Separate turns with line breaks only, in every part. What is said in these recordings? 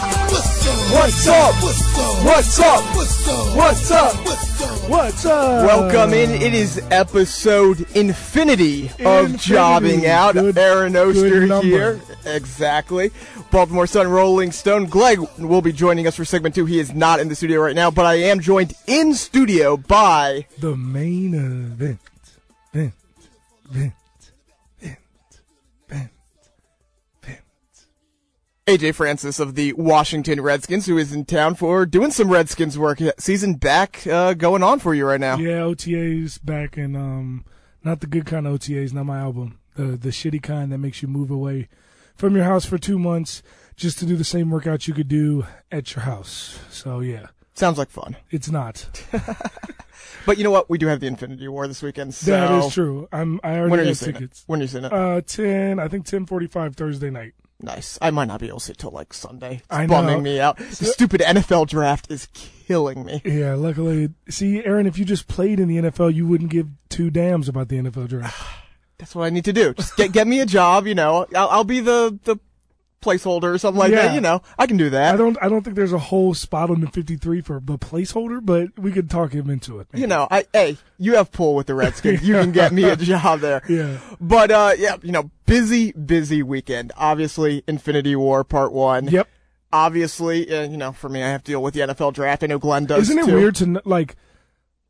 what's up? What's up? What's up?
What's up?
Welcome in. It is episode infinity of
Infinity.
Jobbing Out.
Good-
Aaron Oster
good number.
here. Exactly. Baltimore Sun Rolling Stone. Greg will be joining us for segment two. He is not in the studio right now, but I am joined in studio by
The main event. Vent. Vent. Vent. Vent. Vent.
AJ Francis of the Washington Redskins, who is in town for doing some Redskins work. Season back uh, going on for you right now.
Yeah, OTAs back and um, not the good kind of OTAs, not my album. The the shitty kind that makes you move away from your house for two months just to do the same workout you could do at your house. So yeah,
Sounds like fun.
it's not.
But you know what? We do have the Infinity War this weekend. So
that is true. I'm I already
When are you
got
seeing it?
tickets.
When are you seeing it?
Uh, ten. I think ten forty-five Thursday night.
nice. I might not be able to see it till like Sunday. It's
I know.
bumming me out. The stupid NFL draft is killing me.
Yeah, luckily, see, Aaron, if you just played in the NFL, you wouldn't give two dams about the NFL draft.
That's what I need to do. Just get get me a job. You know, I'll, I'll be the the placeholder or something like
Yeah.
that. You know, I can do that.
I don't. I don't think there's a whole spot on the fifty-three for the placeholder, but we could talk him into it. man.
you know, I hey, you have pull with the Redskins. You can get me a job there.
Yeah.
But uh yeah, you know, busy, busy weekend. Obviously, Infinity War Part One.
Yep.
Obviously, uh, you know, for me, I have to deal with the NFL draft. I know Glenn does.
Isn't it
too.
weird to kn- like?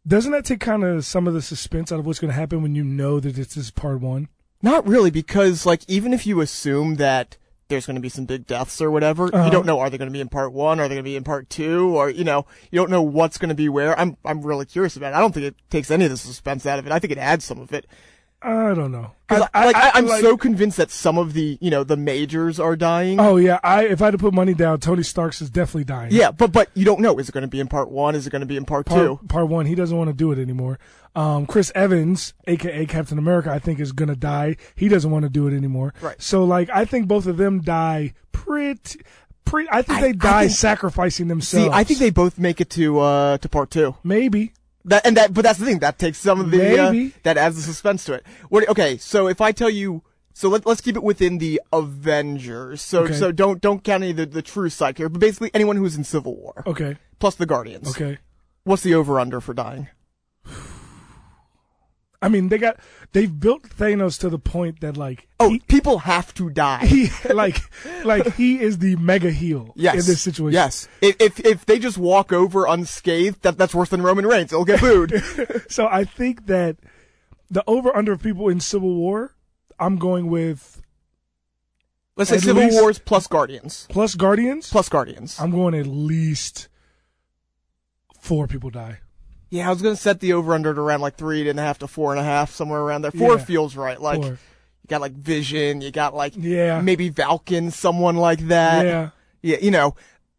Doesn't that take kind of some of the suspense out of what's going to happen when you know that this is part one?
Not really, because like even if you assume that there's going to be some big deaths or whatever,
Uh-huh.
you don't know are they going to be in part one, are they going to be in part two, or you know, you don't know what's going to be where. I'm I'm really curious about it. I don't think it takes any of the suspense out of it. I think it adds some of it.
I don't know.
'Cause, like I, am
like-
so convinced that some of the you know the majors are dying.
Oh yeah, I if I had to put money down, Tony Starks is definitely dying.
Yeah, but but you don't know. Is it going to be in part one? Is it going to be in part, two?
part, part one. He doesn't want to do it anymore. Um, Chris Evans, aka Captain America, I think is gonna die. He doesn't want to do it anymore.
Right.
So like, I think both of them die pretty. pretty I think they die
think-
sacrificing
See,
themselves.
I think they both make it to uh to part two.
maybe.
That and that, but that's the thing that takes some of the uh,
Maybe.
that adds the suspense to it. What? Okay, so if I tell you, so let, let's keep it within the Avengers. So
Okay.
so don't don't count any of the, the true side here, but basically anyone who's in Civil War
Okay.
plus the Guardians.
Oh. Okay.
What's the over under for dying?
I mean, they got they've built Thanos to the point that like
Oh, people have to die.
he like like he is the mega heel
yes.
in this situation.
Yes. If, if if they just walk over unscathed, that that's worse than Roman Reigns. They'll get booed.
So I think that the over under of people in Civil War, I'm going with
Let's say
At
Civil
least-
Wars plus Guardians
plus Guardians.
plus Guardians.
I'm going at least four people die.
yeah, I was gonna set the over under at around like three and a half to four and a half, somewhere around there. Four
Yeah.
feels right. Like.
Four.
You got like Vision. You got like
Yeah.
maybe Valken, someone like that.
yeah.
Yeah, you know,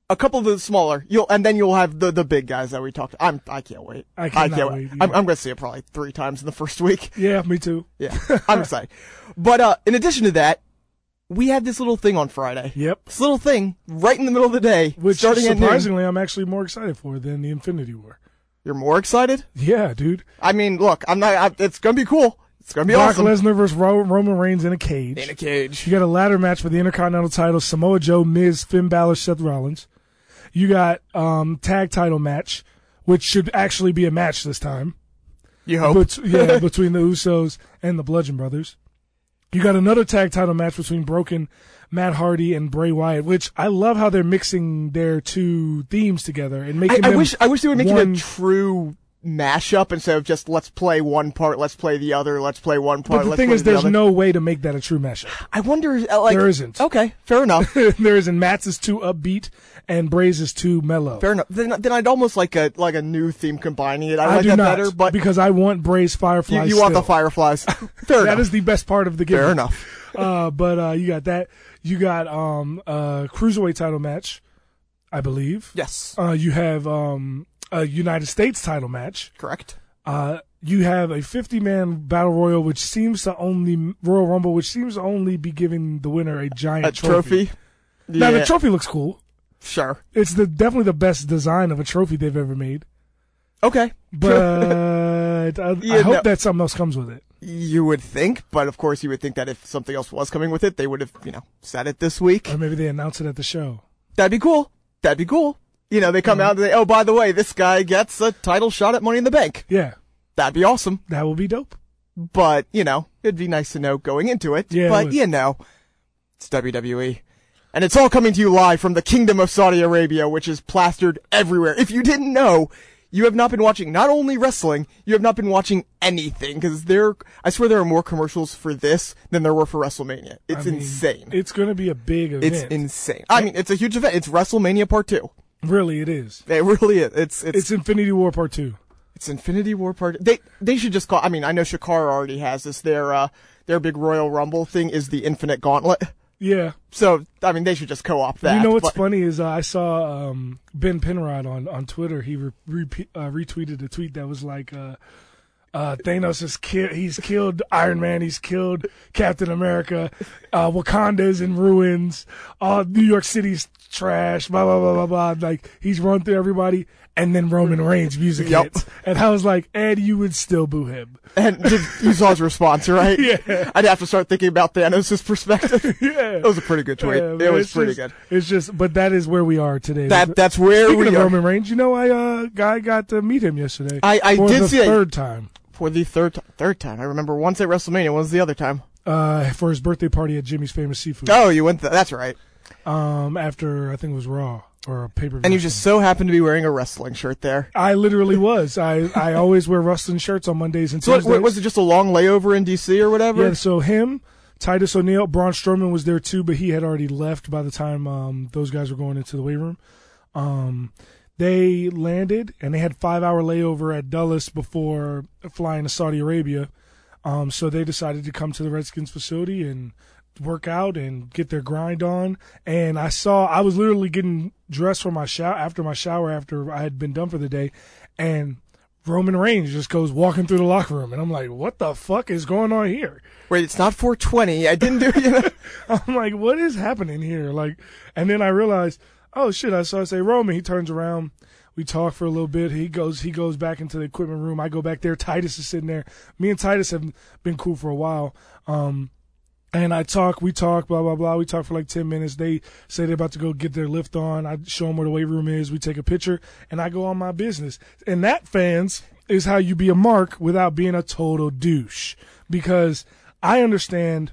a couple of the smaller. You'll and then you'll have the the big guys that we talked. I'm I can't wait.
I
can't
cannot wait,
I'm,
yeah.
I'm gonna see it probably three times in the first week.
Yeah, me too.
Yeah, I'm excited. But uh, in addition to that, we had this little thing on Friday.
Yep.
This little thing right in the middle of the day,
Which
starting at noon.
surprisingly I'm actually more excited for than the Infinity War.
You're more excited?
Yeah, dude.
I mean, look, I'm not. I, it's gonna be cool. It's gonna be
Brock
awesome.
Lesnar versus Ro- Roman Reigns in a cage.
in a cage.
You got a ladder match for the Intercontinental title: Samoa Joe, Miz, Finn Balor, Seth Rollins. You got um tag title match, which should actually be a match this time.
You hope.
Bet- yeah, between the Usos and the Bludgeon Brothers. You got another tag title match between Broken, Matt Hardy, and Bray Wyatt, which I love how they're mixing their two themes together and making
I, I
them
wish I wish they would make
one-
it a true mashup instead of just let's play one part, let's play the other, let's play one part.
But the
let's
thing
play
is, there's
other.
no way to make that a true mashup.
I wonder. uh, Like
There isn't.
Okay, fair enough.
there isn't. Matt's is too upbeat and Bray's is too mellow.
fair enough. Then, then I'd almost like a like a new theme combining it. I,
I
like
do
that
not
better, but
because I want Bray's
you,
Firefly.
you want the
still.
fireflies. Fair
That
enough.
is the best part of the game.
fair enough.
uh, but uh, you got that. You got um uh cruiserweight title match, I believe.
Yes,
Uh, you have um a United States title match.
correct.
Uh, you have a 50 man battle royal, which seems to only Royal Rumble, which seems to only be giving the winner a giant
A trophy.
Now
Yeah,
the trophy looks cool.
sure.
It's the definitely the best design of a trophy they've ever made.
Okay,
But I, I
Yeah,
hope
no.
that something else comes with it.
you would think, but of course you would think that if something else was coming with it, they would have you know said it this week.
Or maybe they announce it at the show.
That'd be cool. That'd be cool. You know, they come out and they, oh, by the way, this guy gets a title shot at Money in the Bank.
Yeah,
That'd be awesome.
that will be dope.
But, you know, it'd be nice to know going into it.
Yeah, it
but,
would.
you know, it's WWE. And it's all coming to you live from the Kingdom of Saudi Arabia, which is plastered everywhere. If you didn't know, you have not been watching not only wrestling, you have not been watching anything. Because there, I swear there are more commercials for this than there were for WrestleMania. It's
I mean,
insane.
It's going to be a big event.
it's insane. I mean, it's a huge event. It's WrestleMania Part 2.
really, it is.
It really is. It's, it's,
It's Infinity War Part Two.
It's Infinity War Part. They they should just call. I mean, I know Shakara already has this. Their uh, their big Royal Rumble thing is the Infinite Gauntlet.
Yeah.
So I mean, they should just co-opt that.
you know what's
but-
funny is uh, I saw um, Ben Penrod on on Twitter. He re- repe uh, retweeted a tweet that was like. Uh, uh, Thanos has killed. He's killed Iron Man. He's killed Captain America. Uh, Wakanda's in ruins. All New York City's trash. Blah blah blah blah blah. Like he's run through everybody, and then Roman Reigns music
Yep.
hits, and I was like, Ed, you would still boo him.
And did, you saw his response, right? yeah. I'd have to start thinking about Thanos' perspective.
Yeah.
That was a pretty good tweet.
Yeah,
it
man,
was
it's
pretty
just-
good.
It's just, but that is where we are today.
That that's where
Speaking
we
of
are
Roman Reigns, you know, I uh, guy got to meet him yesterday.
I- I
for
did
the
see that.
third time
for the third ti- third time. I remember once at WrestleMania. Once the other time.
uh, for his birthday party at Jimmy's Famous Seafood.
Oh, you went. Th- that's right.
Um, after I think it was Raw or a pay per view.
And you just so happened to be wearing a wrestling shirt there.
I literally was. I, I always wear wrestling shirts on Mondays and
So what-
Tuesdays.
what, was it just a long layover in DC or whatever?
Yeah, so him, Titus O'Neil, Braun Strowman was there too, but he had already left by the time um, those guys were going into the weight room. Um, they landed and they had five hour layover at Dulles before flying to Saudi Arabia. Um, so they decided to come to the Redskins facility and work out and get their grind on. And I saw I was literally getting dressed for my shower after my shower after I had been done for the day, and Roman Reigns just goes walking through the locker room, and I'm like, what the fuck is going on here?
Wait, it's not 420. I didn't do. You know,
I'm like, what is happening here? Like, and then I realized, oh shit! I saw I say Roman. He turns around. We talk for a little bit. He goes. He goes back into the equipment room. I go back there. Titus is sitting there. Me and Titus have been cool for a while. Um, and I talk. We talk. Blah blah blah. We talk for like ten minutes. They say they're about to go get their lift on. I show them where the weight room is. We take a picture, and I go on my business. And that fans is how you be a mark without being a total douche. Because I understand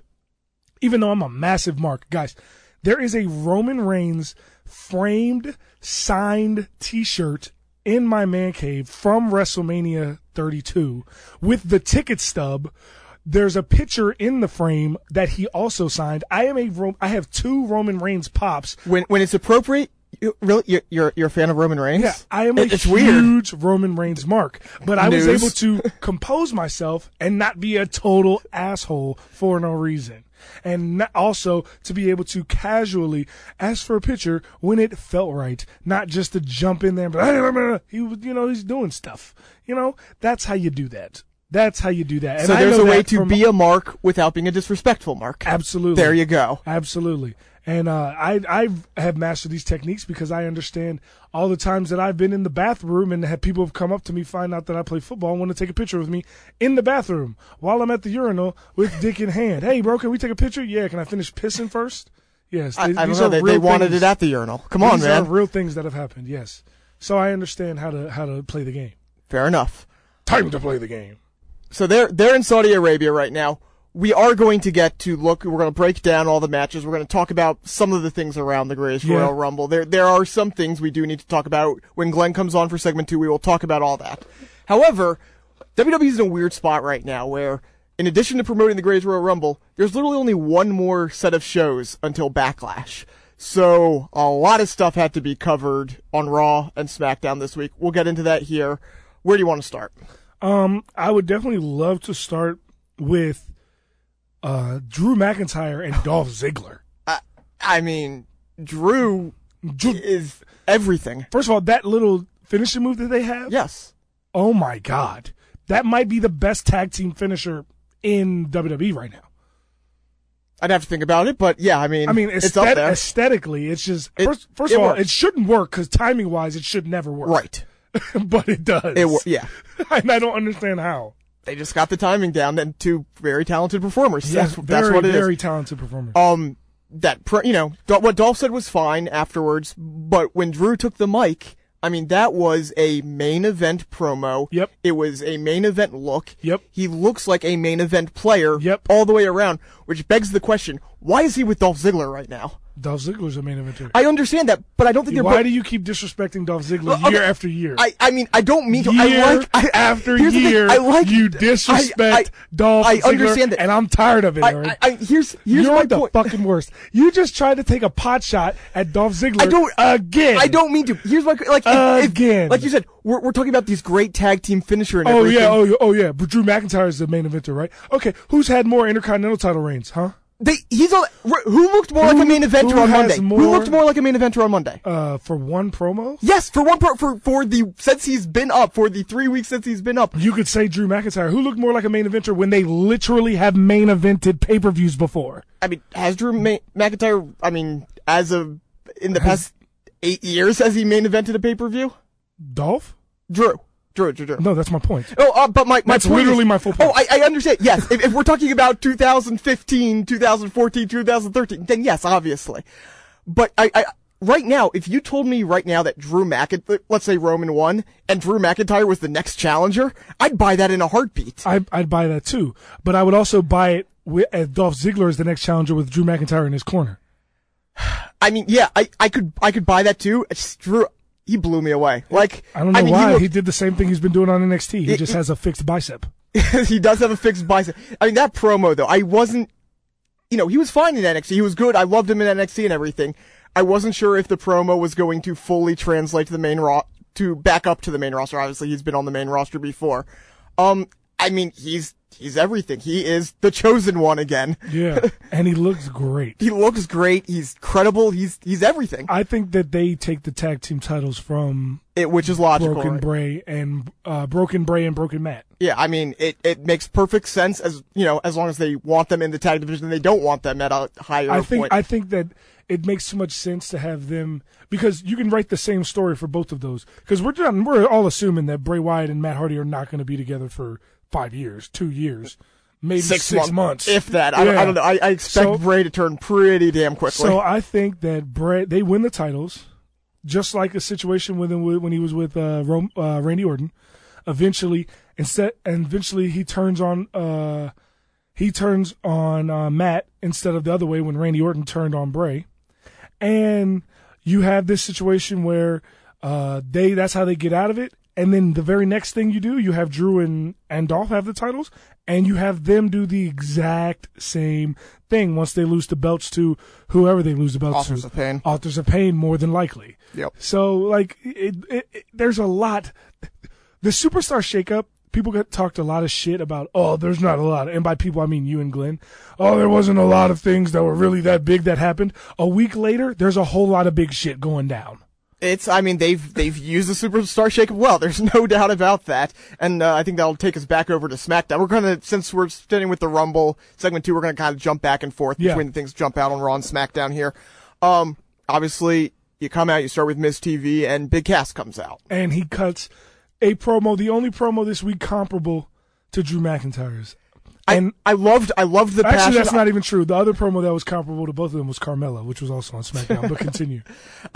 even though I'm a massive mark, guys, there is a Roman Reigns framed, signed t shirt in my man cave from WrestleMania 32 with the ticket stub. There's a picture in the frame that he also signed. I am a Ro- I have two Roman Reigns pops.
when when it's appropriate, you, really, you're, you're you're a fan of Roman Reigns.
Yeah, I am a
It- it's weird.
huge Roman Reigns mark, but I was
News.
able to compose myself and not be a total asshole for no reason. And not- also to be able to casually ask for a picture when it felt right, not just to jump in there. But he, was- you know, he's doing stuff. You know, that's how you do that. That's how you do that. And
So
I
there's
know
a way
that
to
from-
be a mark without being a disrespectful mark.
absolutely
There you go.
Absolutely. And uh, I I have mastered these techniques because I understand all the times that I've been in the bathroom and have people have come up to me, find out that I play football, and want to take a picture with me in the bathroom while I'm at the urinal with dick in hand. Hey, bro, can we take a picture? Yeah, can I finish pissing first? Yes,
I, I
th-
don't
these
know.
are
They,
real
they wanted
things.
it at the urinal. Come on,
these
man.
are real things that have happened. Yes, so I understand how to how to play the game.
Fair enough.
Time to play the game.
So they're they're in Saudi Arabia right now. We are going to get to look. We're going to break down all the matches. We're going to talk about some of the things around the Greatest
Yeah.
Royal Rumble. There there are some things we do need to talk about. When Glenn comes on for segment two, we will talk about all that. However, WWE's in a weird spot right now where, in addition to promoting the Greatest Royal Rumble, there's literally only one more set of shows until Backlash. So a lot of stuff had to be covered on Raw and SmackDown this week. We'll get into that here. Where do you want to start?
Um, I would definitely love to start with uh, Drew McIntyre and Dolph Ziggler.
I, I mean, Drew,
Drew-
is everything.
First of all, that little finishing move that they have.
Yes.
Oh my god, that might be the best tag team finisher in WWE right now.
I'd have to think about it, but yeah, I mean,
I mean,
it's
aesthet-
up there.
aesthetically, it's just
It-
first, first
it
of all,
works.
it shouldn't work because timing wise, it should never work.
right.
but it does.
It wor- yeah.
and I don't understand how.
They just got the timing down and two very talented performers. that's
very,
that's what it is.
very talented performer.
um that pr you know Dol- what Dolph said was fine afterwards, but when Drew took the mic, I mean that was a main event promo.
Yep.
It was a main event look.
Yep.
He looks like a main event player.
Yep.
All the way around, which begs the question: Why is he with Dolph Ziggler right now?
Dolph Ziggler's a main eventer.
I understand that, but I don't think they're.
Why
bo-
do you keep disrespecting Dolph Ziggler
Well, okay,
year after year?
I, I mean I don't mean to.
year
I like I,
after
here's the thing,
year,
I like
you
I-
disrespect
I,
Dolph
I
Ziggler,
understand that.
and I'm tired of it.
I,
Eric.
I, I, here's here's
You're
my
the
point.
fucking worst. You just tried to take a pot shot at Dolph Ziggler.
I don't
again.
I don't mean to. Here's my like if- if-
Again.
like you said, we're we're talking about these great tag team finisher and
Oh
everything.
yeah, oh, yeah, oh yeah. But Drew McIntyre is the main eventer, right? Okay, who's had more intercontinental title reigns, huh?
They, he's all, r- who looked more like
Who-
a main eventer
who
on
has
Monday? Who
more-
looked more like a main eventer on Monday?
Uh, for one promo,
Yes, for one part, for for the since he's been up, for the three weeks since he's been up.
you could say Drew McIntyre, who looked more like a main eventer when they literally have main evented pay per views before.
I mean, has Drew Ma- McIntyre? I mean, as of in the past eight years, has he main evented a pay per view?
Dolph?
Drew, Drew, Drew, Drew.
No, that's my point.
Oh, uh, but my, my
That's
point
literally
is-
my full point.
Oh, I, I understand. Yes, if, if we're talking about 2015, 2014, 2013, then yes, obviously. But I, I right now, if you told me right now that Drew McIntyre, let's say Roman won, and Drew McIntyre was the next challenger, I'd buy that in a heartbeat.
I, I'd buy that too, but I would also buy it with, as Dolph Ziggler is the next challenger with Drew McIntyre in his corner.
I mean, yeah, I, I could I could buy that too. It's Drew, he blew me away. Like
I don't know
mean,
why
He,
he,
looked-
did the same thing he's been doing on NXT. He
It-
just
it-
has a fixed bicep.
he does have a fixed bicep. I mean, that promo though, I wasn't, you know, he was fine in NXT. He was good. I loved him in NXT and everything. I wasn't sure if the promo was going to fully translate to the main raw, to back up to the main roster. Obviously, he's been on the main roster before. Um, I mean, he's, he's everything. He is the chosen one again.
Yeah, and he looks great.
He looks great. He's credible. He's, he's everything.
I think that they take the tag team titles from
It, which is logical.
Broken
right?
Bray and uh, Broken Bray and Broken Matt.
Yeah, I mean, it, it makes perfect sense as, you know, as long as they want them in the tag division, they don't want them at a higher
I think
point.
I think that it makes too much sense to have them because you can write the same story for both of those. Because we're done, we're all assuming that Bray Wyatt and Matt Hardy are not going to be together for five years, two years, maybe six, months.
If that, I, don't, I
Yeah.
don't know. I, I expect
So-
Bray to turn pretty damn quickly.
So I think that Bray they win the titles, just like a situation with him with- when he was with uh, Rome, uh, Randy Orton. Eventually, instead, and eventually he turns on uh, he turns on uh, Matt instead of the other way when Randy Orton turned on Bray, and you have this situation where uh, they that's how they get out of it. And then the very next thing you do, you have Drew and, and Dolph have the titles, and you have them do the exact same thing once they lose the belts to whoever they lose the belts
Authors
to.
of Pain.
Authors of Pain, more than likely.
Yep.
So, like, it, it, it, there's a lot. The superstar shakeup, people got talked a lot of shit about, oh, there's not a lot. And by people, I mean you and Glenn. Oh, there wasn't a lot of things that were really that big that happened. A week later, there's a whole lot of big shit going down.
it's, I mean, they've they've used the superstar shakeup well. There's no doubt about that. And uh, I think that'll take us back over to SmackDown. We're gonna, since we're standing with the Rumble segment two, we're gonna kind of jump back and forth
Yeah.
between the things jump out on Raw and SmackDown here. Um, obviously, you come out, you start with Miss TV, and Big Cass comes out.
And he cuts a promo, the only promo this week comparable to Drew McIntyre's. And
I loved, I loved the passion.
actually, that's not even true. The other promo that was comparable to both of them was Carmella, which was also on SmackDown. but continue.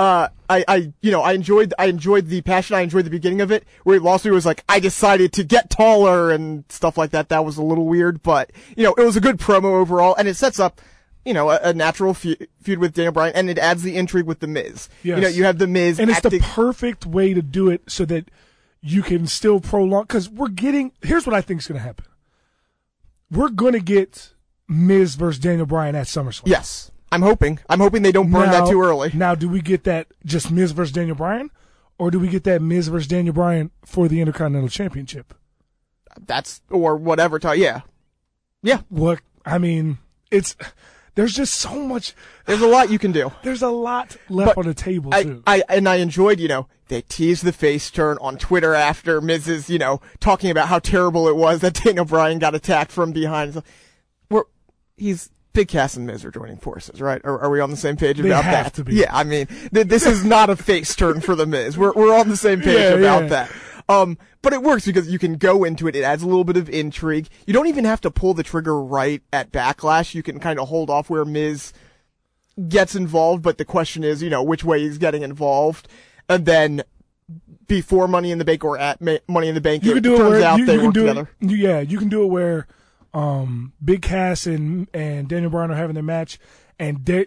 uh, I, I, you know, I enjoyed, I enjoyed the passion. I enjoyed the beginning of it where he lost me was like, I decided to get taller and stuff like that. That was a little weird, but you know, it was a good promo overall and it sets up, you know, a, a natural fe- feud with Daniel Bryan and it adds the intrigue with the Miz. You know,
Yes.
you have the Miz
and it's
acting.
the perfect way to do it so that you can still prolong because we're getting. Here's what I think is going to happen. We're going to get Miz versus Daniel Bryan at SummerSlam.
Yes, I'm hoping. I'm hoping they don't burn
Now-
that too early.
Now, do we get that just Miz versus Daniel Bryan, or do we get that Miz versus Daniel Bryan for the Intercontinental Championship?
That's or whatever. Ty- yeah,
What I mean, it's there's just so much.
there's a lot you can do.
There's a lot left
But
on the table
I,
too.
I and I enjoyed, you know, they teased the face turn on Twitter after Mrs. You know talking about how terrible it was that Daniel Bryan got attacked from behind. So, We're he's Big Cass and Miz are joining forces, right? Are, are we on the same page
They
about
have
that?
to be.
Yeah, I mean, th- this is not a face turn for the Miz. We're we're on the same page
Yeah,
about
yeah.
that. Um, but it works because you can go into it. It adds a little bit of intrigue. You don't even have to pull the trigger right at Backlash. You can kind of hold off where Miz gets involved, but the question is, you know, which way he's getting involved, and then before Money in the Bank or at Ma- Money in the Bank,
you
it
can do it
turns
where
out
you,
they
you can
work
do
together.
It, you- yeah, you can do it where um, Big Cass and and Daniel Bryan are having their match, and da-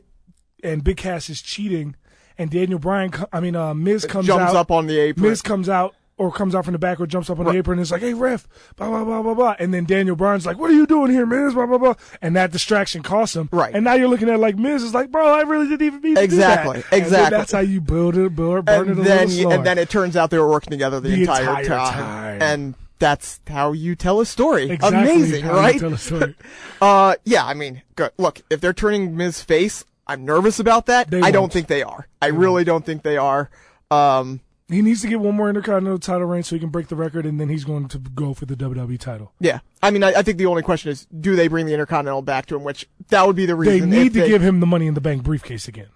and Big Cass is cheating, and Daniel Bryan, co- I mean uh, Miz comes
Jumps
out,
up on the apron.
Miz comes out or comes out from the back or jumps up on the apron and is like, "Hey ref, blah blah blah blah blah," and then Daniel Bryan's like, "What are you doing here, Miz?" Blah blah blah, and that distraction costs him.
Right.
And now you're looking at it like Miz is like, "Bro, I really didn't even mean
Exactly,
to do that." And then
exactly.
that's how you build it, build it, burn
and
it a
then
little slower.
and then it turns out they were working together the,
The
entire,
entire
time.
time.
and that's how you tell a story.
exactly
Amazing,
how you
right?
tell a story.
Uh, yeah, I mean, good. Look, if they're turning Miz face, I'm nervous about that.
They
I don't
won't.
think they are. I really don't think they are. Um,
He needs to get one more Intercontinental title reign so he can break the record, and then he's going to go for the WWE title.
yeah. I mean, I, I think the only question is, do they bring the Intercontinental back to him? Which that would be the
They
reason. if
need to give him the Money in the Bank briefcase again.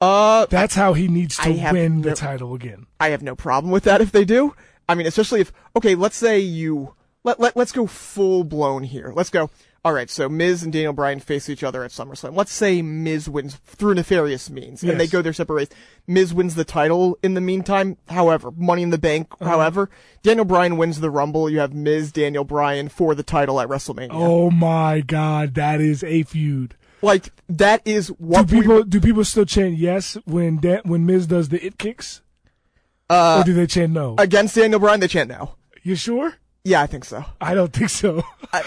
Uh,
That's how he needs
I
to
have
win
no-
the title again.
I have no problem with that if they do. I mean, especially if okay, let's say you let let let's go full blown here. Let's go. All right, so Miz and Daniel Bryan face each other at SummerSlam. Let's say Miz wins through nefarious means, and they
Yes.
go their separate ways. Miz wins the title in the meantime. However, Money in the Bank.
Uh-huh.
However, Daniel Bryan wins the Rumble. You have Miz Daniel Bryan for the title at WrestleMania.
Oh my God, that is a feud.
Like that is
Do
what we
people do people still chant yes when da- when Miz does the it kicks? Uh, or do they chant no?
against Daniel Bryan. They chant no.
you sure?
Yeah, I think so.
I don't think so. I,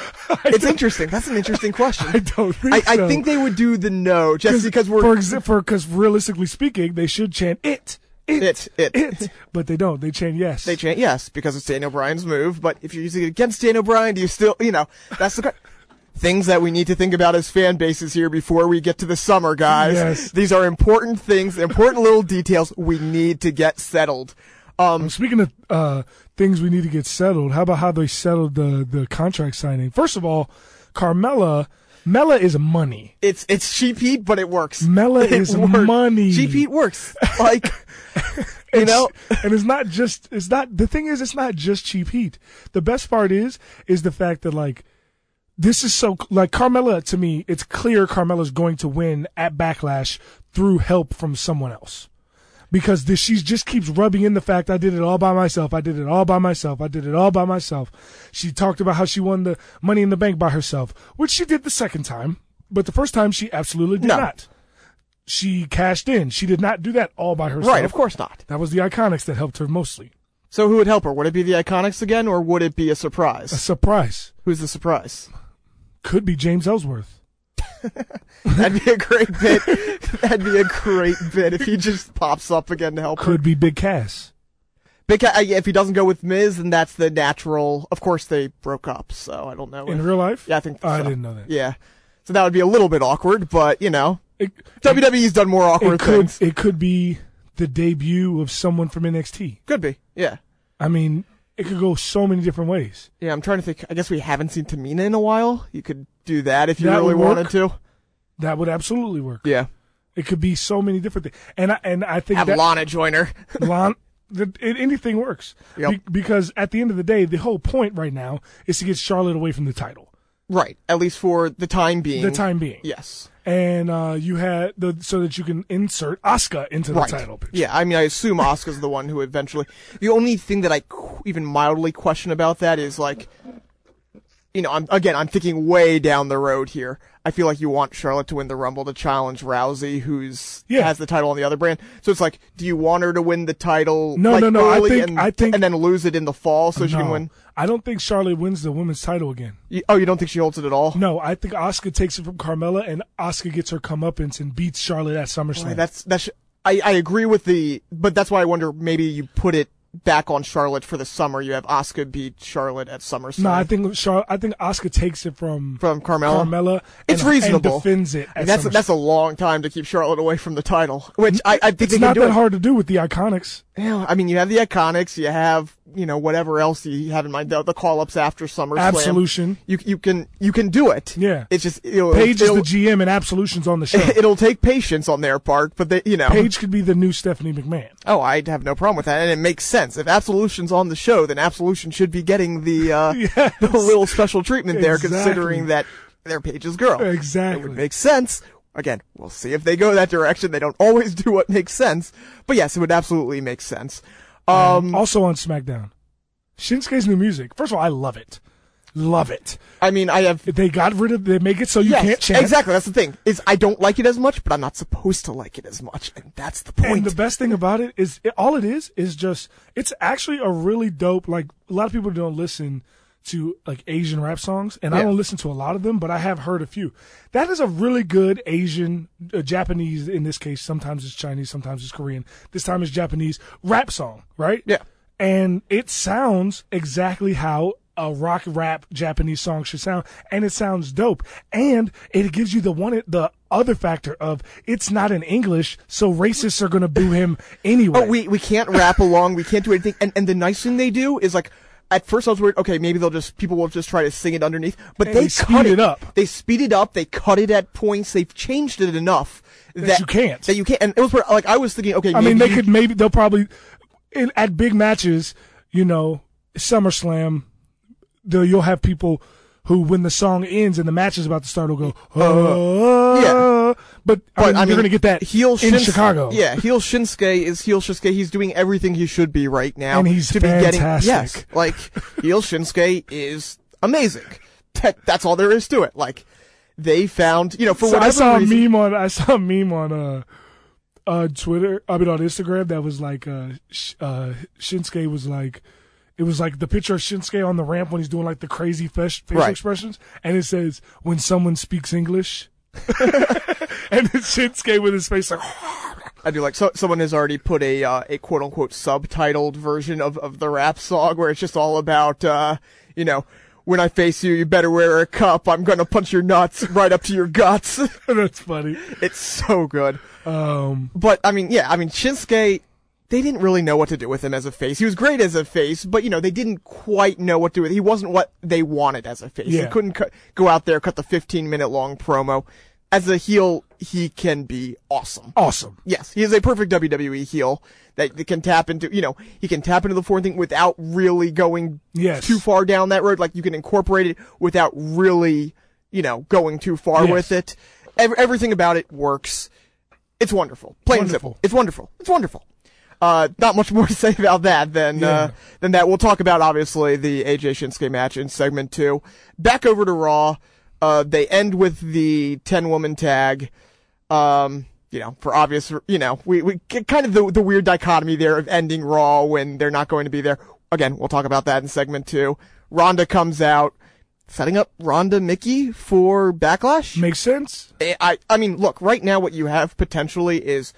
It's
don't-
interesting. That's an interesting question.
I don't think
I,
so.
I think they would do the no just because we're
for exa- for because realistically speaking, they should chant it, it,
It,
it,
it.
but they don't. They chant yes.
they chant yes because it's Daniel Bryan's move. But if you're using it against Daniel Bryan, do you still you know that's the que- things that we need to think about as fan bases here before we get to the summer, guys.
Yes.
These are important things, important little details we need to get settled. Um,
Speaking of uh, things we need to get settled, how about how they settled the the contract signing? First of all, Carmella, Mela is money.
it's it's cheap heat, but it works.
Mela
It
is
works.
money.
Cheap heat works. Like you
It's-
know,
and it's not just it's not the thing is it's not just cheap heat. The best part is is the fact that like this is so like Carmella to me, it's clear Carmella's going to win at Backlash through help from someone else. Because this, she just keeps rubbing in the fact I did it all by myself. I did it all by myself. I did it all by myself. She talked about how she won the money in the bank by herself, which she did the second time, but the first time she absolutely did
No.
not. She cashed in. She did not do that all by herself.
right? Of course not.
That was the Iconics that helped her mostly.
So who would help her? Would it be the Iconics again, or would it be a
A
surprise?
surprise
Who's the surprise?
could be James Ellsworth.
That'd be a great bit. That'd be a great bit if he just pops up again to help.
Could be Big Cass.
Because uh, yeah, if he doesn't go with Miz, then that's the natural. Of course, they broke up, so I don't know.
In
if-
real life?
yeah, I think.
Oh, I
so.
didn't know that.
Yeah, so that would be a little bit awkward, but you know,
It,
WWE's done more awkward
it could
things.
it could be the debut of someone from NXT.
Could be. Yeah,
I mean, it could go so many different ways.
yeah. I'm trying to think. I guess we haven't seen Tamina in a while. You could do that if you
That
really
would work.
wanted to.
That would absolutely work.
Yeah,
It could be so many different things. And I and I think
have
that
Lana join her.
Lon, the, it, anything works.
Yep.
because at the end of the day, the whole point right now is to get Charlotte away from the title.
right, at least for the time being.
The time being.
Yes.
and uh, you had the so that you can insert Asuka into the
Right.
title picture.
Yeah, I mean, I assume Oscar's the one who eventually. The only thing that I qu- even mildly question about that is like, you know, I'm again, I'm thinking way down the road here. I feel like you want Charlotte to win the Rumble to challenge Rousey, who's
Yeah.
has the title on the other brand. So it's like, do you want her to win the title?
No,
like,
no, no, I
early
think-
and,
I think- Uh,
and then lose it in the fall so she
no,
can win.
I don't think Charlotte wins the women's title again.
You- Oh, you don't think she holds it at all?
No, I think Oscar takes it from Carmella, and Oscar gets her comeuppance and beats Charlotte at SummerSlam.
Boy, that's that's. I I agree with the, but that's why I wonder maybe you put it back on Charlotte for the summer. You have Oscar beat Charlotte at SummerSlam.
no, I think Char- I think Oscar takes it from
from Carmella.
Carmella.
It's
and,
reasonable.
And defends it.
I mean,
At
that's
SummerSlam.
that's a long time to keep Charlotte away from the title, which I, I think
it's
they
not
can do
that
it.
hard to do with the Iconics.
Yeah, I mean, you have the Iconics, you have you know whatever else you have in mind, the, the call ups after SummerSlam.
Absolution.
You you can you can do it.
Yeah.
it's just you know,
Paige is
it'll,
the GM, and Absolution's on the show.
it'll take patience on their part, but they you know
Paige could be the new Stephanie McMahon.
Oh, I'd have no problem with that, and it makes sense. If Absolution's on the show, then Absolution should be getting the uh,
Yes.
the little special treatment there,
Exactly.
considering that they're Paige's girl.
Exactly.
It would make sense. Again, we'll see if they go that direction. They don't always do what makes sense, but yes, it would absolutely make sense. Um,
also on SmackDown, Shinsuke's new music. First of all, I love it. Love it.
I mean, I have
They got rid of. They make it so you
yes,
can't chant.
exactly. That's the thing is I don't like it as much, but I'm not supposed to like it as much, and that's the point.
And the best thing about it is it, all it is is just it's actually a really dope. Like a lot of people don't listen to like Asian rap songs, and I
Yeah.
don't listen to a lot of them, but I have heard a few. That is a really good Asian, uh, Japanese in this case. Sometimes it's Chinese, sometimes it's Korean. This time it's Japanese rap song, right?
Yeah.
And it sounds exactly how a rock rap Japanese song should sound, and it sounds dope. And it gives you the one the other factor of it's not in English, so racists are gonna boo him anyway.
Oh, we we can't rap along. We can't do anything. And and the nice thing they do is like. At first, I was worried. Okay, maybe they'll just people will just try to sing it underneath. But
And
they,
they
cut
speed it up.
They speed it up. They cut it at points. They've changed it enough that,
you can't.
That you can't. And it was where, like I was thinking. Okay,
I
maybe
mean, they
you-
could maybe they'll probably in, at big matches, you know, SummerSlam. Though you'll have people who, when the song ends and the match is about to start, will go, oh, But, I mean,
Uh, But I mean,
you're gonna get that
heel
in
Shins-
Chicago.
Yeah, heel Shinsuke is heel Shinsuke. He's doing everything he should be right now.
And he's
to be getting
fantastic.
yes, like heel Shinsuke is amazing. That, that's all there is to it. Like they found, you know, for
So
whatever
I saw
reason,
a meme on I saw a meme on uh uh Twitter I mean on Instagram that was like uh, sh- uh Shinsuke was like it was like the picture of Shinsuke on the ramp when he's doing like the crazy fesh- facial
Right.
expressions and it says when someone speaks English and it's Shinsuke with his face like
I do like so someone has already put a uh, a quote unquote subtitled version of, of the rap song where it's just all about uh, you know when I face you you better wear a cup I'm gonna punch your nuts right up to your guts
"Oh, that's funny
it's so good
um
but I mean yeah I mean Shinsuke they didn't really know what to do with him as a face he was great as a face but you know they didn't quite know what to do with he wasn't what they wanted as a face
Yeah.
he couldn't cut, go out there cut the 15 minute long promo as a heel he can be awesome
awesome
Yes, he is a perfect WWE heel that that can tap into, you know, he can tap into the foreign thing without really going
Yes.
too far down that road. Like you can incorporate it without really, you know, going too far
Yes.
with it. Ev- everything about it works. It's wonderful. Plain and simple.
Wonderful.
It's wonderful. It's wonderful. Uh, not much more to say about that than, uh,
Yeah.
than that. We'll talk about, obviously, the AJ Shinsuke match in segment two. Back over to Raw. Uh, they end with the 10 woman tag. Um, you know, for obvious, you know, we, we get kind of the, the weird dichotomy there of ending Raw when they're not going to be there. Again, we'll talk about that in segment two. Ronda comes out, setting up Ronda Mickey for Backlash.
makes sense
Eh, I I mean, look, right now what you have potentially is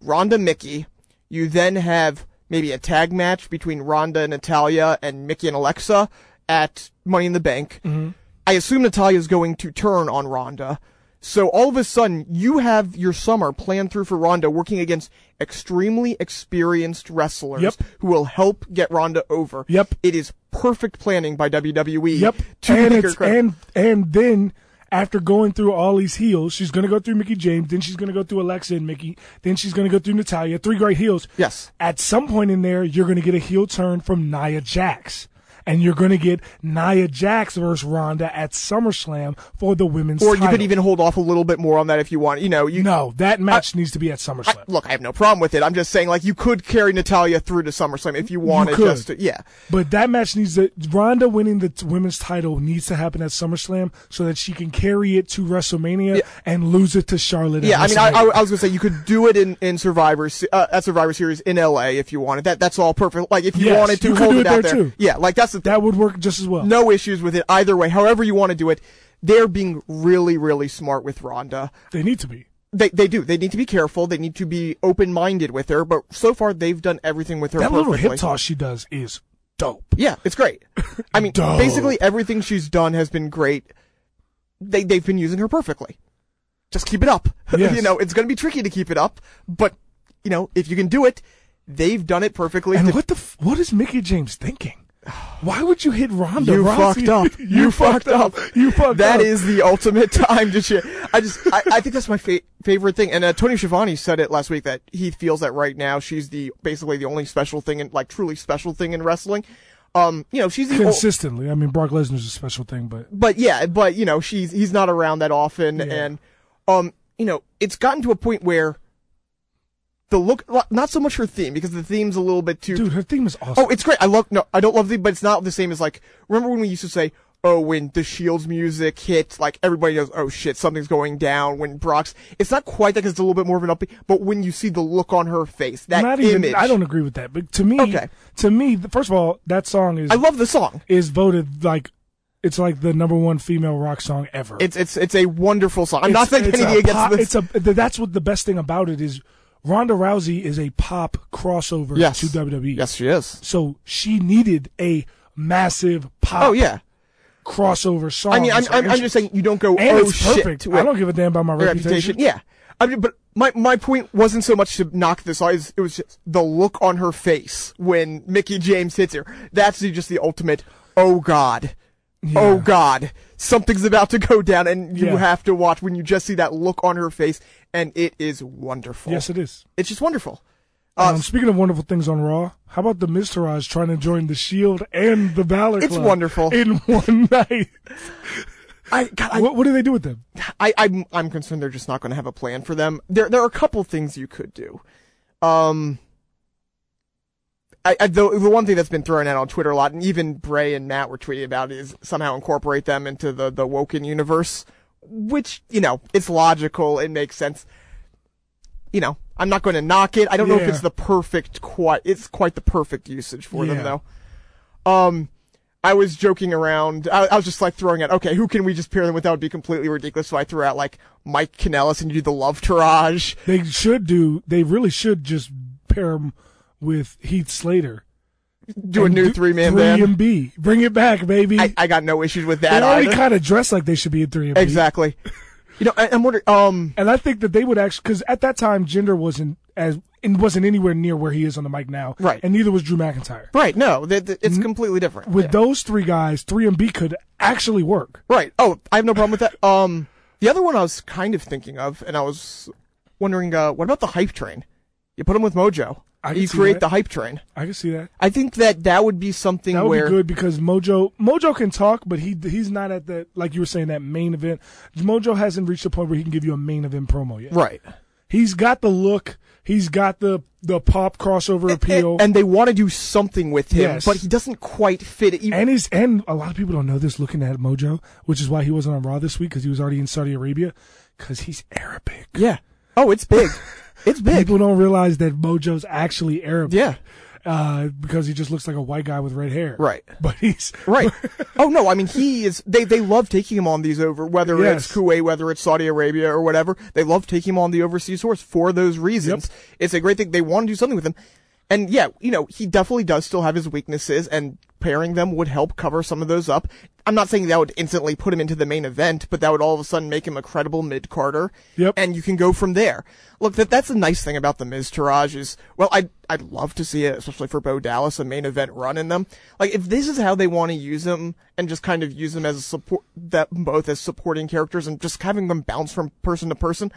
Ronda Mickey. You then have maybe a tag match between Ronda and Natalia and Mickey and Alexa at Money in the Bank.
Mm-hmm.
I assume Natalia's going to turn on Ronda. So all of a sudden, you have your summer planned through for Ronda working against extremely experienced wrestlers
Yep.
who will help get Ronda over.
Yep.
It is perfect planning by WWE
Yep.
to
and,
make her
it's,
credible.
and and then after going through all these heels, she's gonna go through Mickey James, then she's gonna go through Alexa and Mickey, then she's gonna go through Natalia. Three great heels.
Yes.
At some point in there, you're gonna get a heel turn from Nia Jax. and you're going to get Nia Jax versus Ronda at SummerSlam for the women's.
Or you
title.
could even hold off a little bit more on that if you want. You know, you
no, that match needs to be at
I,
SummerSlam.
look, I have no problem with it. I'm just saying, like, you could carry Natalia through to SummerSlam if you wanted.
could.
Just to, yeah,
But that match needs to Ronda winning the t- women's title needs to happen at SummerSlam so that she can carry it to WrestleMania
Yeah.
and lose it to Charlotte. at
yeah. I mean, I, I,
WrestleMania.
I was gonna say you could do it in in Survivor Se- uh, at Survivor Series in L.A. if you wanted. That that's all perfect. Like if you
Yes,
wanted to
you could
hold
do
it
it
out
there, too.
Yeah, like that's the thing.
that would work just as well.
no issues with it either way. However you want to do it, they're being really really smart with Ronda.
They need to be.
They they do. They need to be careful. They need to be open minded with her. But so far they've done everything with her.
That little hip
perfectly.
toss she does is dope.
Yeah, it's great. I mean,
Dope.
basically everything she's done has been great. They they've been using her perfectly. Just keep it up.
Yes.
you know, it's going to be tricky to keep it up, but you know, if you can do it, they've done it perfectly.
And
to-
what the f- what is Mickey James thinking? Why would you hit Ronda?
you
Rousey?
fucked up.
you, fucked up. You fucked up.
That is the ultimate time to shit. I just, I, I think that's my fa- favorite thing. And uh, Tony Schiavone said it last week that he feels that right now she's the basically the only special thing and like truly special thing in wrestling. Um, you know, she's the ol-
consistently. I mean, Brock Lesnar's a special thing, but
but yeah, but you know, she's he's not around that often,
Yeah.
and um, you know, it's gotten to a point where the look, not so much her theme because the theme's a little bit too.
dude, her theme is awesome.
Oh, it's great. I love no, I don't love the, but it's not the same as like. Remember when we used to say, "Oh, when the Shield's music hits, like everybody knows, oh shit, something's going down." When Brock's, it's not quite that 'cause it's a little bit more of an upbeat. But when you see the look on her face, that
not
image,
even. I don't agree with that, but to me,
Okay.
to me, the- first of all, that song is
I love the song.
is voted like it's like the number one female rock song ever.
It's it's it's a wonderful song. I'm not
It's-
saying
it's
anything
a
against
pop-
this.
It's a th- that's what the best thing about it is. Ronda Rousey is a pop crossover
yes,
to E. WWE.
Yes, she is.
So she needed a massive pop
Oh yeah.
crossover song.
I mean, I'm,
So
I'm, I'm
it's-
just saying you don't go
Oh, and
oh
it's
shit
perfect.
to
I
it.
don't give a damn about my
Your
reputation.
Yeah, I mean, but my my point wasn't so much to knock this off. It was just the look on her face when Mickey James hits her. That's the- just the ultimate. Oh God. Oh God, something's about to go down, and you
Yeah.
have to watch when you just see that look on her face, and it is wonderful.
Yes, it is.
it's just wonderful. Uh,
Um, speaking of wonderful things on Raw, how about the Miz Taraj trying to join the Shield and the Balor
It's
Club
wonderful.
in one night?
I, God, I
what, what do they do with them?
I, I'm I'm concerned they're just not going to have a plan for them. There there are a couple things you could do. Um, I, I the the one thing that's been thrown out on Twitter a lot, and even Bray and Matt were tweeting about, is somehow incorporate them into the the Woken universe, which you know it's logical, it makes sense. You know, I'm not going to knock it. I don't know if
Yeah.
it's the perfect quite. It's quite the perfect usage for them
Yeah.
though. Um. I was joking around. I, I was just like throwing out, okay, who can we just pair them with? That would be completely ridiculous. So I threw out like Mike Kanellis and you do the love tirage.
They should do. They really should just pair him with Heath Slater.
Do a
And
new three man
three
band.
and B. Bring it back, baby.
I, I got no issues with
they
that
already
either.
kind of dress like they should be in three and B.
exactly. You know, I, I'm wondering, um,
And I think that they would actually, because at that time, gender wasn't as and wasn't anywhere near where he is on the mic now.
Right.
And neither was Drew McIntyre.
right, no, that that- it's completely different.
Mm-hmm. With
Yeah.
those three guys, three and B could actually work.
Right. Oh, I have no problem with that. Um, the other one I was kind of thinking of, and I was wondering, uh, what about the hype train? You put them with Mojo.
I can
you
see
create
that.
the hype train.
I can see that.
I think that that would be something
That would
where
be good because Mojo Mojo can talk, but he he's not at that like you were saying that main event. Mojo hasn't reached a point where he can give you a main event promo yet.
right.
He's got the look. He's got the the pop crossover appeal.
And, they want to do something with him,
Yes.
but he doesn't quite fit it. You-
And his and a lot of people don't know this. Looking at Mojo, which is why he wasn't on Raw this week because he was already in Saudi Arabia, because he's Arabic.
yeah. Oh, it's big. it's big.
People don't realize that Mojo's actually Arabic.
Yeah.
uh, because he just looks like a white guy with red hair.
Right.
but he's
Right. oh no, I mean he is. They they love taking him on these over whether
Yes.
it's Kuwait, whether it's Saudi Arabia or whatever. They love taking him on the overseas tours for those reasons. It's a great thing. They want to do something with him. And yeah, you know, he definitely does still have his weaknesses and pairing them would help cover some of those up. I'm not saying that would instantly put him into the main event, but that would all of a sudden make him a credible mid Carter.
Yep.
And you can go from there. Look, that that's the nice thing about the Miz Taraj is, well, I'd, I'd love to see it, especially for Bo Dallas, a main event run in them. Like, if this is how they want to use them and just kind of use them as a support, that both as supporting characters and just having them bounce from person to person,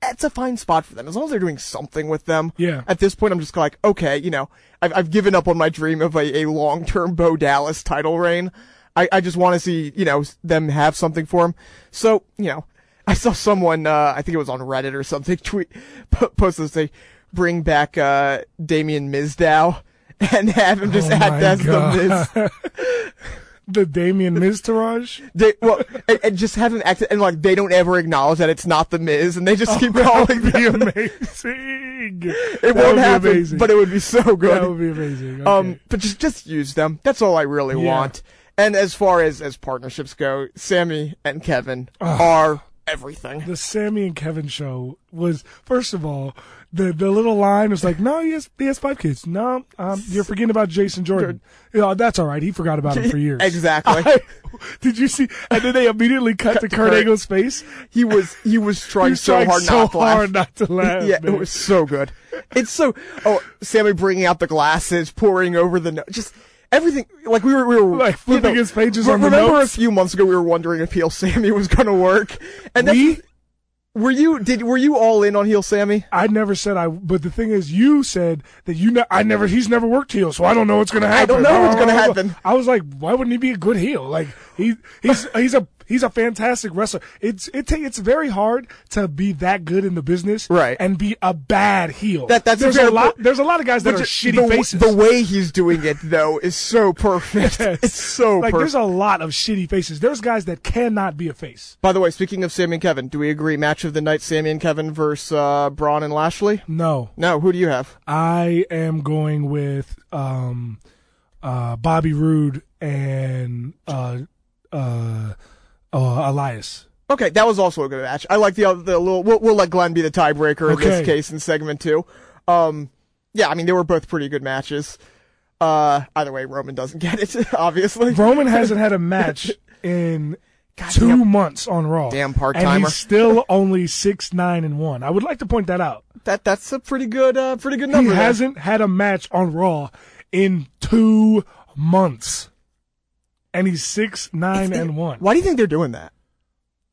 that's a fine spot for them as long as they're doing something with them.
Yeah.
At this point, I'm just like, okay, you know, I've I've given up on my dream of a, a long term Bo Dallas title reign. I I just want to see you know them have something for him. So you know, I saw someone uh, I think it was on Reddit or something tweet po- post this thing, bring back uh Damian Mizdow and have him just
Oh my
act as the Miz.
the Damien Miztourage.
They, well, and, and just have him act, and like they don't ever acknowledge that it's not the Miz, and they
Oh
just keep calling
That'd be
them.
amazing.
It
That would
won't
be
happen,
amazing.
but it would be so good.
that would be amazing. Okay.
Um, but just just use them. That's all I really
Yeah.
want. And as far as as partnerships go, Sammy and Kevin are everything.
the Sammy and Kevin show was first of all the the little line was like, no, he has he has five kids. No, um, you're forgetting about Jason Jordan. Yeah, that's all right. He forgot about him for years.
Exactly.
Did you see? And then they immediately cut, to Kurt
Kurt.
Angle's face.
he was he was
He
trying
was
so
trying
hard
so
not to laugh.
hard not to laugh.
yeah,
man.
it was so good. It's so oh, Sammy bringing out the glasses, pouring over the no- just everything. Like we were, we were
Like, flipping his pages
re-
on the
Remember
notes?
a few months ago, we were wondering if heel Sammy was gonna work. And that's-
We?
were you did were you all in on heel Sammy?
I never said I, but the thing is, you said that you know I never. He's never worked heel, so I don't know what's gonna happen.
don't know what's gonna happen.
I was like, why wouldn't he be a good heel? Like he he's he's a he's a fantastic wrestler. It's it ta- it's very hard to be that good in the business,
Right.
And be a bad heel.
That- that's a
there's
fair
a lot.
point.
There's a lot of guys that
But
are
ju-
shitty
the, w-
faces.
The way he's doing it though is so perfect. It's so
like
perfect.
there's a lot of shitty faces. There's guys that cannot be a face.
By the way, speaking of Sammy and Kevin, do we agree match of the night Sammy and Kevin versus uh, Braun and Lashley?
No,
No, who do you have?
I am going with um, uh, Bobby Roode and uh, uh, uh, Elias.
Okay, that was also a good match. I like the other the little. We'll, we'll let Glenn be the tiebreaker in
Okay.
this case in segment two. Um, yeah, I mean they were both pretty good matches. Uh, either way, Roman doesn't get it, obviously.
Roman hasn't had a match in two months on Raw.
Damn
And
part-timer.
he's still only six nine and one. I would like to point that out.
that that's a pretty good, uh, pretty good
He
number. there.
hasn't had a match on Raw in two months, and he's six nine and one. Uh,
Why do you think they're doing that?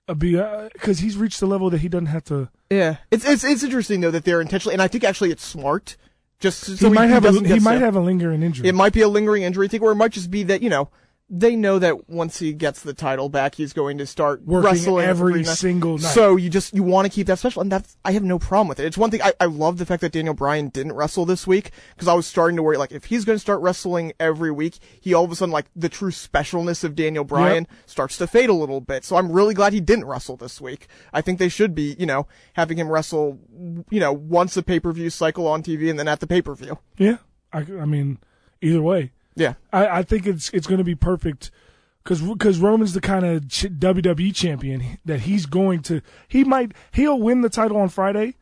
Because he's reached the level that he doesn't have to.
Yeah, it's it's it's interesting though that they're intentionally, and I think actually it's smart. Just so
he might have a,
doesn't get
he might
sick.
have a lingering injury.
It might be a lingering injury thing, or it might just be that you know they know that once he gets the title back, he's going to start
Working
wrestling
every
night.
single night.
So you just you want to keep that special, and that's I have no problem with it. It's one thing I, I love the fact that Daniel Bryan didn't wrestle this week because I was starting to worry like if he's going to start wrestling every week, he all of a sudden like the true specialness of Daniel Bryan starts to fade a little bit. So I'm really glad he didn't wrestle this week. I think they should be you know having him wrestle you know once a pay per view cycle on TV and then at the pay per view.
Yeah, I, I mean, either way,
Yeah.
I, I think it's it's going to be perfect because because Roman's the kind of ch- WWE champion that he's going to he might he'll win the title on Friday,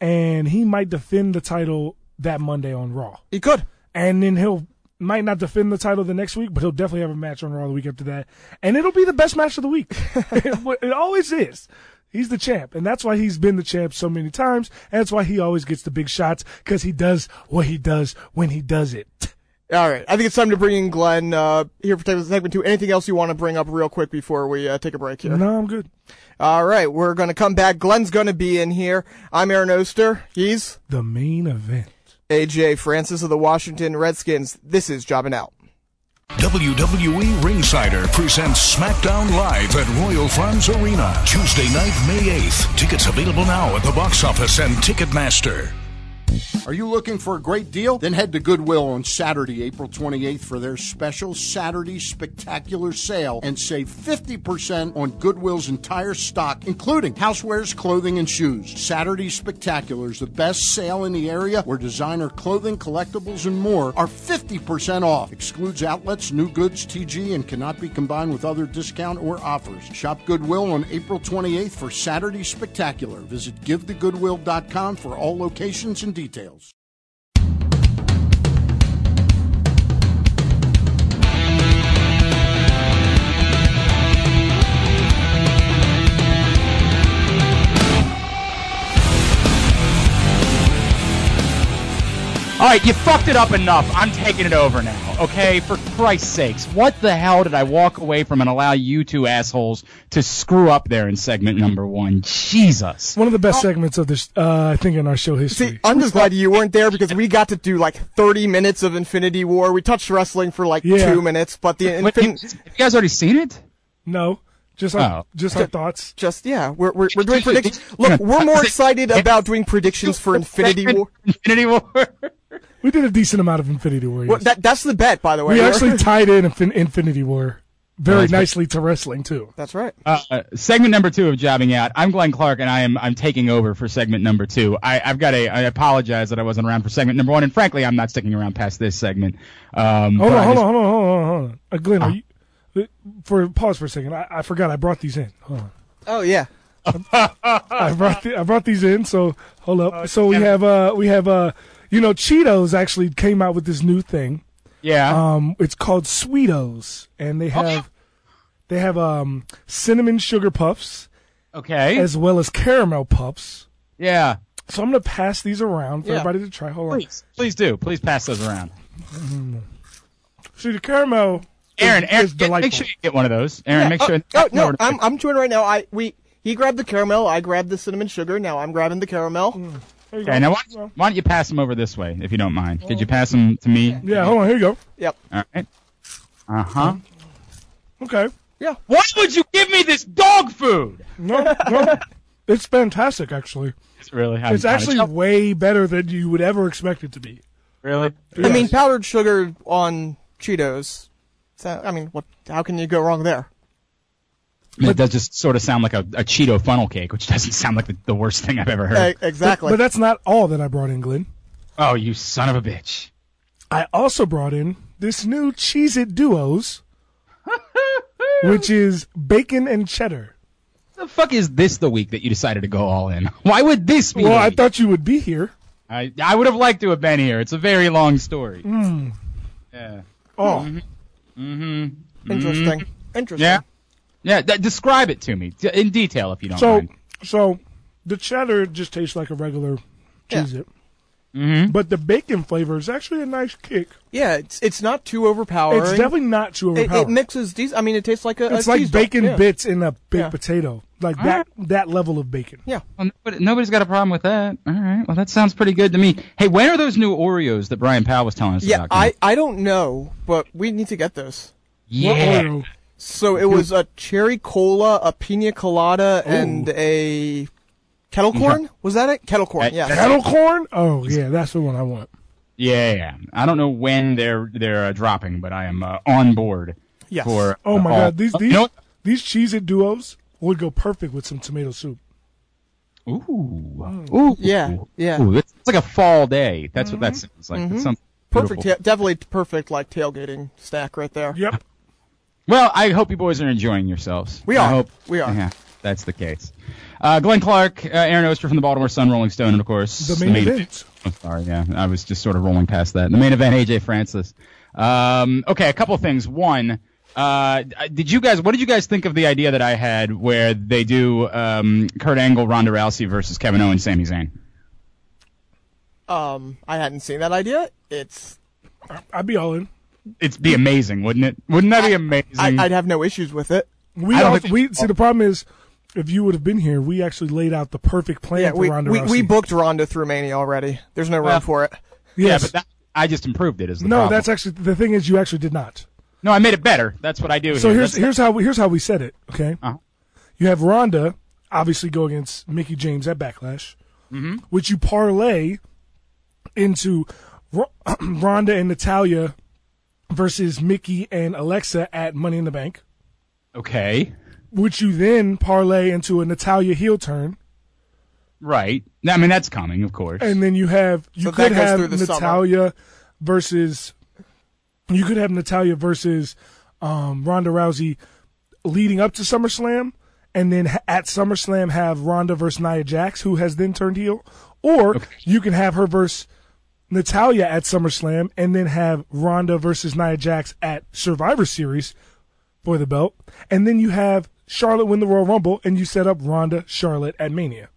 and he might defend the title that Monday on Raw,
He could.
and then he'll might not defend the title the next week, but he'll definitely have a match on Raw the week after that, and it'll be the best match of the week. it, it always is. He's the champ, and that's why he's been the champ so many times, and that's why he always gets the big shots because he does what he does when he does it.
All right. I think it's time to bring in Glenn uh, here for segment two. Anything else you want to bring up real quick before we uh, take a break here?
No, I'm good.
All right. We're going to come back. Glenn's going to be in here. I'm Aaron Oster. He's
The main event.
AJ Francis of the Washington Redskins. This is Jobbing Out.
WWE E Ringsider presents SmackDown Live at Royal Farms Arena, Tuesday night, May 8th. Tickets available now at the box office and Ticketmaster.
Are you looking for a great deal? Then head to Goodwill on Saturday, April 28th for their special Saturday Spectacular Sale and save 50% on Goodwill's entire stock, including housewares, clothing, and shoes. Saturday Spectacular is the best sale in the area where designer clothing, collectibles, and more are 50% off. Excludes outlets, new goods, TG, and cannot be combined with other discount or offers. Shop Goodwill on April 28th for Saturday Spectacular. Visit givethegoodwill.com for all locations and details.
All right, you fucked it up enough. I'm taking it over now, okay? For Christ's sakes, what the hell did I walk away from and allow you two assholes to screw up there in segment number one? Jesus.
One of the best segments of this, uh, I think, in our show history.
See, I'm just glad you weren't there because we got to do like 30 minutes of Infinity War. We touched wrestling for like
Yeah.
two minutes, but the
Wait, you-
infin-
have you guys already seen it?
No, just our,
Oh.
just our thoughts.
just yeah, we're we're, we're doing
Dude,
predictions.
dude,
Look,
dude,
we're more
dude,
excited
dude,
about doing predictions for Infinity War.
Infinity War.
We did a decent amount of Infinity War.
Well,
yes.
that that's the bet, by the way.
we
We're-
actually tied in Infin- Infinity War very
Nice.
nicely to wrestling too.
that's right.
Uh, segment number two of jobbing out. I'm Glenn Clark, and I am I'm taking over for segment number two. I, I've got a I apologize that I wasn't around for segment number one, and frankly, I'm not sticking around past this segment. Um, but
Hold on,
I
hold
just-
on, hold on, hold on, hold on. Uh, Glenn, are you, uh, for pause for a second. I, I forgot I brought these in. Hold on.
Oh yeah.
I brought the, I brought these in. So hold up. so we have uh we have uh you know Cheetos actually came out with this new thing.
Yeah.
Um, it's called Sweetos, and they have they have um cinnamon sugar puffs
okay.
Uh, as well as caramel puffs.
yeah.
So I'm gonna pass these around for
Yeah.
everybody to try. Hold on.
Please, please do. Please pass those around.
See the caramel. is-
Aaron, Aaron,
is
get-
delightful.
make sure you get one of those. Aaron, make
Oh,
sure.
oh, no, I'm I'm doing right now. I we he grabbed the caramel, I grabbed the cinnamon sugar. Now I'm grabbing the caramel.
There you
okay,
go.
now why, why don't you pass them over this way, if you don't mind? Could you pass them to me?
Oh. yeah, hold on. Here you go.
Yep.
All right. Uh huh.
Okay.
Why would you give me this dog food?
No, no. It's fantastic, actually.
It's really. I'm
It's
kinda
actually
chuffed,
way better than you would ever expect it to be.
really.
I mean, powdered sugar on Cheetos. So I mean, what? How can you go wrong there?
it does just sort of sound like a, a Cheeto funnel cake, which doesn't sound like the, the worst thing I've ever heard.
Eh, exactly.
But that's not all that I brought in, Glenn.
Oh, you son of a bitch.
I also brought in this new Cheez It Duos, which is bacon and cheddar.
The fuck is this the week that you decided to go all in? Why would this be?
Well,
the
I
week?
thought you would be here.
I, I would have liked to have been here. It's a very long story.
Hmm.
Yeah.
Oh, mm-hmm.
Interesting. Interesting.
Yeah. Yeah. th- describe it to me d- in detail if you don't
so
mind.
so the cheddar just tastes like a regular Cheez It,
Mm-hmm.
but the bacon flavor is actually a nice kick.
Yeah. It's it's not too overpowering.
It's definitely not too
It, it
overpowering.
mixes these. I mean, it tastes like a.
it's
a
like
cheese dog.
bacon
yeah.
bits in a baked
Yeah.
potato, like that that level of bacon.
Yeah.
Well, nobody- nobody's got a problem with that. All right. Well, that sounds pretty good to me. Hey, when are those new Oreos that Brian Powell was telling us
Yeah.
about?
I I don't know, but we need to get those.
What
yeah.
Oreo?
So it was a cherry cola, a pina colada, and a kettle corn. Was that it? Kettle corn.
That-
Yeah.
that's-
Kettle corn? Oh yeah, that's the one I want.
Yeah, yeah. I don't know when they're they're uh, dropping, but I am uh, on board.
Yes.
For
Oh my
all-
god, these
Oh,
these
you know
these cheese it duos would go perfect with some tomato soup.
what? Ooh.
Mm.
Ooh.
Yeah, yeah. Mm-hmm.
Ooh, it's it's like a fall day. That's what
Mm-hmm.
that sounds like. That's something
Perfect.
beautiful.
ta- definitely perfect. Like tailgating stack right there.
Yep.
Well, I hope you boys are enjoying yourselves.
We
I
are.
hope-
We are.
Yeah, that's the case. Uh, Glenn Clark, uh, Aaron Oster from the Baltimore Sun, Rolling Stone, and of course
The main event.
I'm sorry, yeah. I was just sort of rolling past that. The main event, AJ Francis. Um, okay, a couple of things. One, uh, did you guys, what did you guys think of the idea that I had where they do, um, Kurt Angle, Ronda Rousey versus Kevin Owens, Sami Zayn?
Um, I hadn't seen that idea. It's
I'd be all in.
It'd be amazing, wouldn't it? Wouldn't that be amazing?
Mm.
I, I'd have no issues with it.
We
I don't
all,
think-
we see the problem is if you would have been here, we actually laid out the perfect plan
Yeah,
for
we,
Ronda
we,
Rousey.
we booked Ronda through Mania already. There's no room
Well,
for it.
yeah,
yes.
but that, I just improved it. Is the
no,
problem.
that's actually the thing is you actually did not.
no, I made it better. That's what I do.
So
here.
here's
That's-
here's how we- here's how we said it. Okay,
Uh-huh.
you have Ronda obviously go against Mickey James at Backlash,
Mm-hmm.
which you parlay into Ro- Ronda and Natalia versus Mickey and Alexa at Money in the Bank,
okay,
which you then parlay into a Natalia heel turn,
right? I mean, that's coming, of course.
and then you have you
So that
could
goes
have
through the summer.
Natalia versus you could have Natalia versus um, Ronda Rousey leading up to SummerSlam, and then ha- at SummerSlam have Ronda versus Nia Jax, who has then turned heel, or you can have her versus Natalia at SummerSlam, and then have Ronda versus Nia Jax at Survivor Series for the belt, and then you have Charlotte win the Royal Rumble, and you set up Ronda Charlotte at Mania.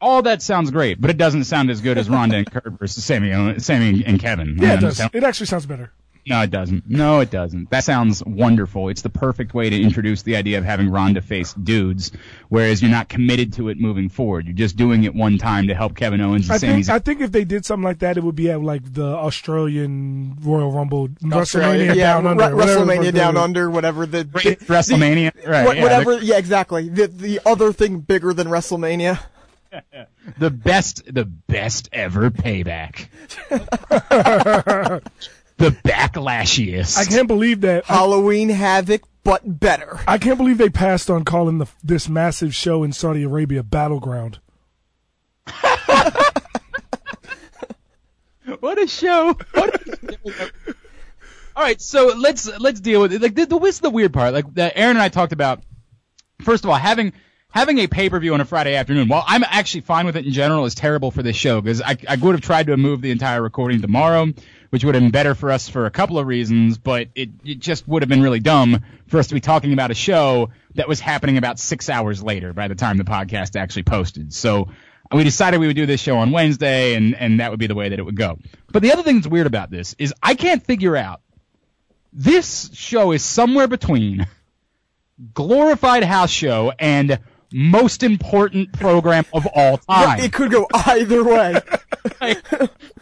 all that sounds great, but it doesn't sound as good as Ronda and Kurt versus Sammy, Sammy and Kevin.
Yeah, it does. It actually sounds better.
No, it doesn't. No, it doesn't. That sounds wonderful. It's the perfect way to introduce the idea of having Ronda face dudes, whereas you're not committed to it moving forward. You're just doing it one time to help Kevin Owens and
I
Sami
think, I
Zayn.
think if they did something like that, it would be at like the Australian Royal Rumble,
Australia,
WrestleMania
Uh, yeah,
Down
Ru-
Under, whatever the fuck
WrestleMania
that
Down
was.
Under, whatever the, the-
WrestleMania, right?
what-
yeah,
whatever, yeah, exactly. The the other thing bigger than WrestleMania.
The, the best, the best ever payback. the backlashiest.
I can't believe that. I,
Halloween Havoc, but better.
I can't believe they passed on calling the this massive show in Saudi Arabia Battleground.
What a show! What a show. All right, so let's let's deal with it. Like the, the this is the weird part. Like that Aaron and I talked about. First of all, having having a pay per view on a Friday afternoon. While I'm actually fine with it in general, is terrible for this show because I I would have tried to move the entire recording tomorrow, which would have been better for us for a couple of reasons. But it it just would have been really dumb for us to be talking about a show that was happening about six hours later by the time the podcast actually posted. So we decided we would do this show on Wednesday, and, and that would be the way that it would go. But the other thing that's weird about this is I can't figure out. This show is somewhere between glorified house show and most important program of all time.
It could go either way.
Like,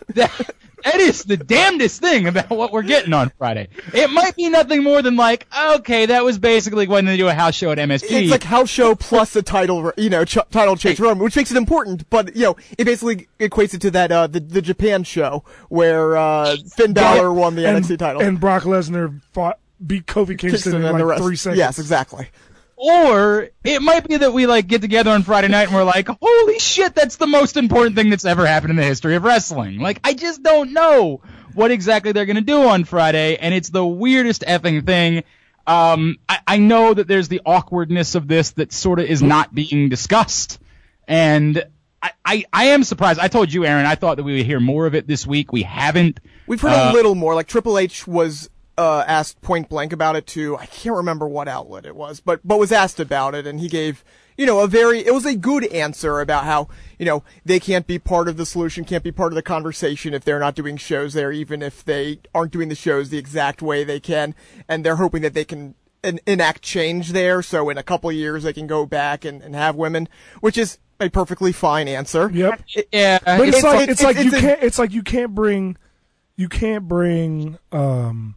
that, that is the damnedest thing about what we're getting on Friday. It might be nothing more than like, okay, that was basically when they do a house show at MSG.
it's like house show plus a title, you know, ch- title change room, which makes it important. But you know, it basically equates it to that uh, the the Japan show where uh, Finn Balor won the
and,
NXT title.
and Brock Lesnar fought beat Kofi Kingston, in like three seconds.
Yes, exactly.
Or it might be that we like get together on Friday night and we're like, holy shit, that's the most important thing that's ever happened in the history of wrestling. Like, I just don't know what exactly they're gonna do on Friday, and it's the weirdest effing thing. Um, I, I know that there's the awkwardness of this that sort of is not being discussed, and I, I, I am surprised. I told you, Aaron, I thought that we would hear more of it this week. We haven't.
We've heard a little more. Like Triple H was uh, asked point blank about it to I can't remember what outlet it was, but but was asked about it, and he gave you know a very it was a good answer about how you know they can't be part of the solution, can't be part of the conversation if they're not doing shows there, even if they aren't doing the shows the exact way they can, and they're hoping that they can. en- enact change there, so in a couple of years they can go back and, and have women, which is a perfectly fine answer.
Yep.
Yeah,
But it's,
It's
like
like-
it's like
it's-
you
it's a-
can't it's like you can't bring you can't bring um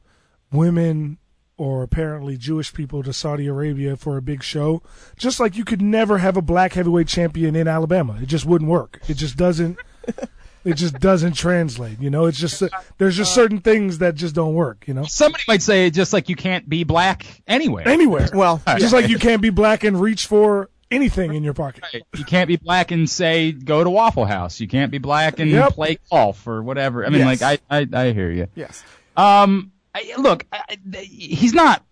women or apparently Jewish people to Saudi Arabia for a big show. Just like you could never have a black heavyweight champion in Alabama. It just wouldn't work. It just doesn't it just doesn't translate, you know? It's just uh, there's
Uh,
just certain things that just don't work, you know?
somebody might say just like you can't be black anywhere.
Anywhere.
Well,
just like you can't be black and reach for anything in your pocket.
You can't be black and say go to Waffle House. You can't be black and
Yep.
play golf or whatever. I mean,
Yes.
like I, I, I hear you.
yes.
Um, I, look, I, I- he's not,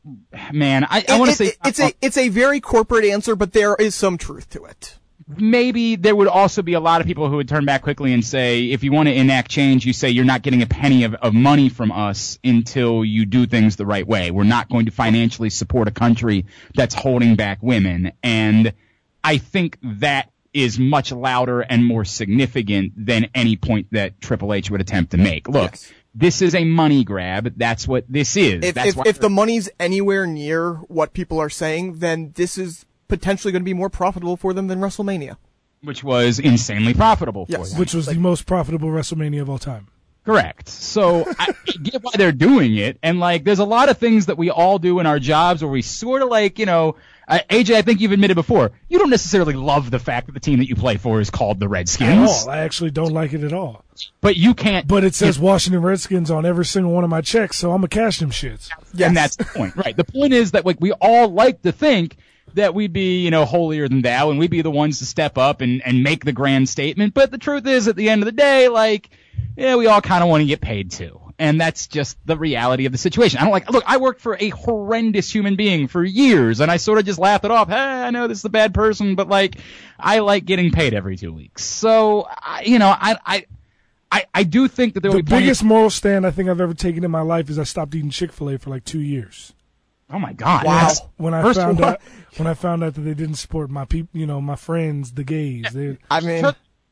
man. I, I
It-
want to
it-
say
it- it's a it's a very corporate answer, but there is some truth to it.
maybe there would also be a lot of people who would turn back quickly and say, if you want to enact change, you say you're not getting a penny of, of money from us until you do things the right way. We're not going to financially support a country that's holding back women. And I think that is much louder and more significant than any point that Triple H would attempt to make. Look,
Yes.
this is a money grab. That's what this is.
If
that's
if, if the money's anywhere near what people are saying, then this is potentially going to be more profitable for them than WrestleMania.
which was insanely profitable for
Yes.
them.
Which was the most profitable WrestleMania of all time.
Correct. So I I get why they're doing it, and like, there's a lot of things that we all do in our jobs where we sort of like, you know, uh, AJ, I think you've admitted before, you don't necessarily love the fact that the team that you play for is called the
At
Redskins,
all. I actually don't like it at all.
but you can't.
But it says Washington Redskins on every single one of my checks, so I'm gonna cash them shits.
Yes.
And that's the point, right? The point is that like we all like to think that we'd be, you know, holier than thou and we'd be the ones to step up and, and make the grand statement. But the truth is at the end of the day, like, yeah, we all kind of want to get paid too. And that's just the reality of the situation. I don't like, look, I worked for a horrendous human being for years and I sort of just laughed it off. Hey, I know this is a bad person, but like, I like getting paid every two weeks. So, I, you know, I, I, I, I do think that there
The
will be plenty of-
biggest moral stand I think I've ever taken in my life is I stopped eating Chick Fil A for like two years.
Oh my God!
Wow.
That's-
When I
First
found
one-
out when I found out that they didn't support my peop you know, my friends, the gays. They
I mean,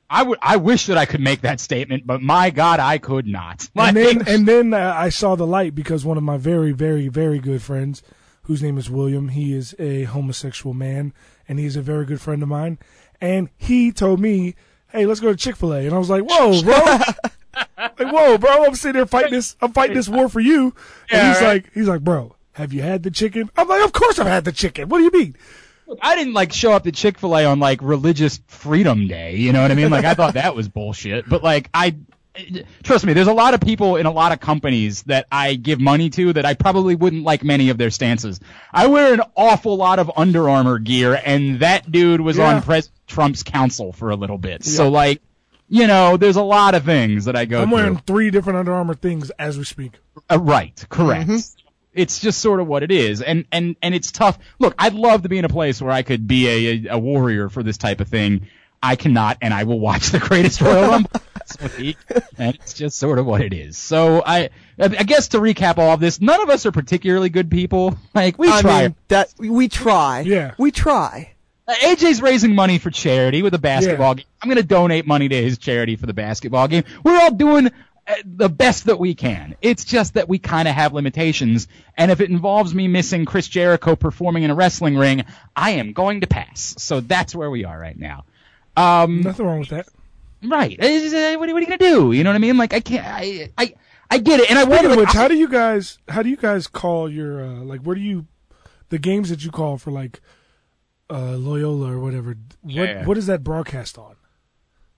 I would. I wish that I could make that statement, but my God, I could not. Like-
and then and then uh, I saw the light because one of my very very very good friends, whose name is William, he is a homosexual man and he's a very good friend of mine, and he told me, "Hey, let's go to Chick Fil A," and I was like, "Whoa, bro." Like whoa, bro! I'm sitting there fighting this. I'm fighting this war for you. And
Yeah,
he's
right.
like, he's like, bro, have you had the chicken? I'm like, of course I've had the chicken. What do you mean?
I didn't like show up to Chick Fil A on like religious freedom day. You know what I mean? Like I thought that was bullshit. But like I, trust me, there's a lot of people in a lot of companies that I give money to that I probably wouldn't like many of their stances. I wear an awful lot of Under Armour gear, and that dude was
Yeah.
on President Trump's council for a little bit. So like, you know, there's a lot of things that I go.
I'm
through.
wearing three different Under Armour things as we speak.
Uh, right, correct.
Mm-hmm.
It's just sort of what it is, and and and it's tough. Look, I'd love to be in a place where I could be a a, a warrior for this type of thing. I cannot, and I will watch the greatest Royal Rumble. this week, and it's just sort of what it is. So I, I guess to recap all of this, none of us are particularly good people. Like we
I
try.
mean that we try.
Yeah.
we try.
Uh, AJ's raising money for charity with a basketball game. I'm going to donate money to his charity for the basketball game. We're all doing uh, the best that we can. It's just that we kind of have limitations. And if it involves me missing Chris Jericho performing in a wrestling ring, I am going to pass. So that's where we are right now. Mm.
Nothing wrong with that.
Right. It's, uh, What are what are you going to do? You know what I mean? Like, I can't, I, I, I get it. And I
Speaking
wonder,
of
like,
which,
I-
how do you guys how do you guys call your uh, like where do you the games that you call for like uh, Loyola or whatever? What
Yeah.
what is that broadcast on?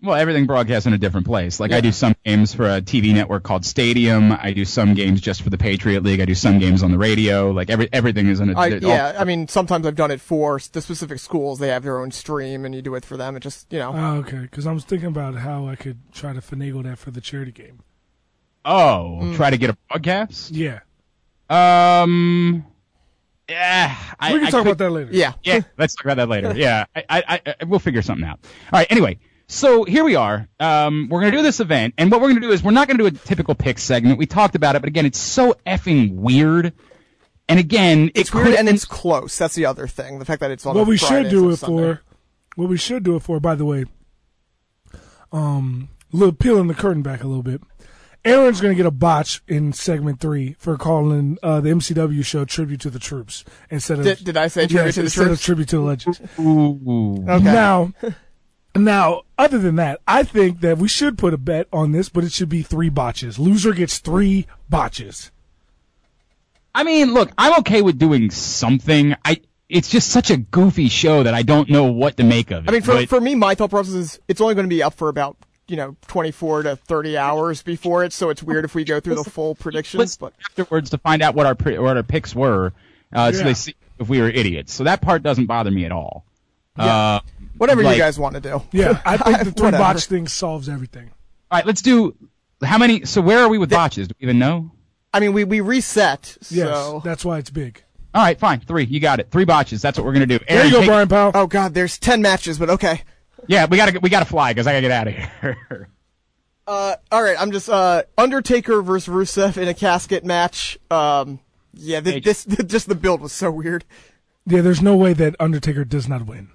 Well, everything broadcasts in a different place. Like I do some games for a TV network called Stadium. I do some games just for the Patriot League. I do some games on the radio. Like every everything is in a.
I,
they're all-
yeah, I mean, sometimes I've done it for s- the specific schools. They have their own stream, and you do it for them. It just, you know,
Oh, okay, because I was thinking about how I could try to finagle that for the charity game.
Oh, try to get a broadcast.
Yeah,
Um. Yeah, I,
we can
I
talk
could-
about that later.
yeah.
yeah, let's talk about that later. Yeah, I, I, I, I- we'll figure something out. All right. Anyway, so here we are. Um, we're gonna do this event, and what we're gonna do is we're not gonna do a typical pick segment. We talked about it, but again, it's so effing weird. And again,
It's
it
weird and
couldn't-
it's close. That's the other thing. The fact that it's on.
what
a
we
Friday
should do it
instead of Sunday.
for what we should do it for by the way um little peeling the curtain back a little bit aaron's gonna get a botch in segment three for calling uh the mcw show tribute to the troops instead of
Did- did I say Tribute
Yes,
to the
instead
Troops?
of tribute to the legends
Ooh.
Okay.
now now other than that i think that we should put a bet on this but it should be three botches loser gets three botches
I mean, look, I'm okay with doing something. I it's just such a goofy show that I don't know what to make of it.
I mean, for
but-
for me, my thought process is it's only going to be up for about you know 24 to 30 hours before it, so it's weird if we go through the full predictions.
let's
But
afterwards to find out what our pre- what our picks were, uh, so
Yeah.
they see if we were idiots. So that part doesn't bother me at all. Uh,
whatever
like-
you guys want to do.
yeah i think the three
Whatever.
botch thing solves everything
all right, let's do how many? So where are we with botches? Do we even know?
I mean, we we reset.
yes
So.
that's why it's big
All right, fine, three. You got it. Three botches. That's what we're gonna do.
there
Aaron,
you go
take-
brian powell
Oh God, there's 10 matches, but okay.
Yeah, we gotta we gotta fly because I gotta get out of here.
Uh, all right, I'm just uh, Undertaker versus Rusev in a casket match. Um, yeah, th- this just the build was so weird.
Yeah, there's no way that Undertaker does not win.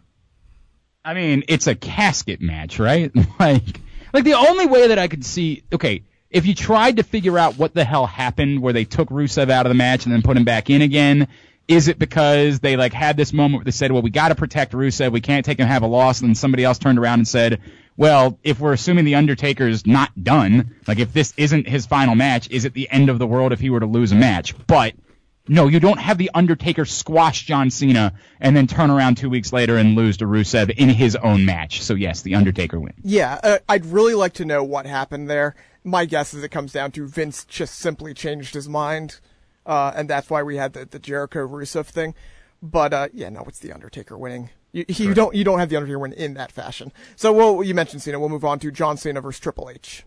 I mean, it's a casket match, right? like, like the only way that I could see, okay, if you tried to figure out what the hell happened where they took Rusev out of the match and then put him back in again, is it because they like had this moment where they said, well, we got to protect Rusev, we can't take him have a loss, and then somebody else turned around and said, well, if we're assuming the Undertaker's not done, like if this isn't his final match, is it the end of the world if he were to lose a match? But no, you don't have the Undertaker squash John Cena and then turn around two weeks later and lose to Rusev in his own match. So yes, the Undertaker wins.
Yeah, uh, I'd really like to know what happened there. My guess is it comes down to Vince just simply changed his mind, uh, and that's why we had the, the Jericho Rusev thing. But uh, yeah, no, it's the Undertaker winning. You, he, you don't you don't have the Undertaker win in that fashion. So we'll, you mentioned Cena. We'll move on to John Cena versus Triple H.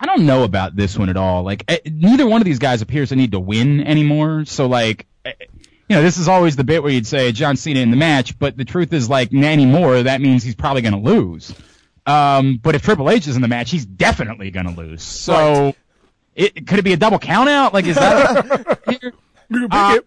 I don't know about this one at all. Like eh, neither one of these guys appears to need to win anymore. So like, eh, you know, this is always the bit where you'd say John Cena in the match, but the truth is like nanny more. That means he's probably going to lose. Um, but if Triple H is in the match, he's definitely going to lose. So it could it be a double count out? Like is that?
You can pick
Uh,
it.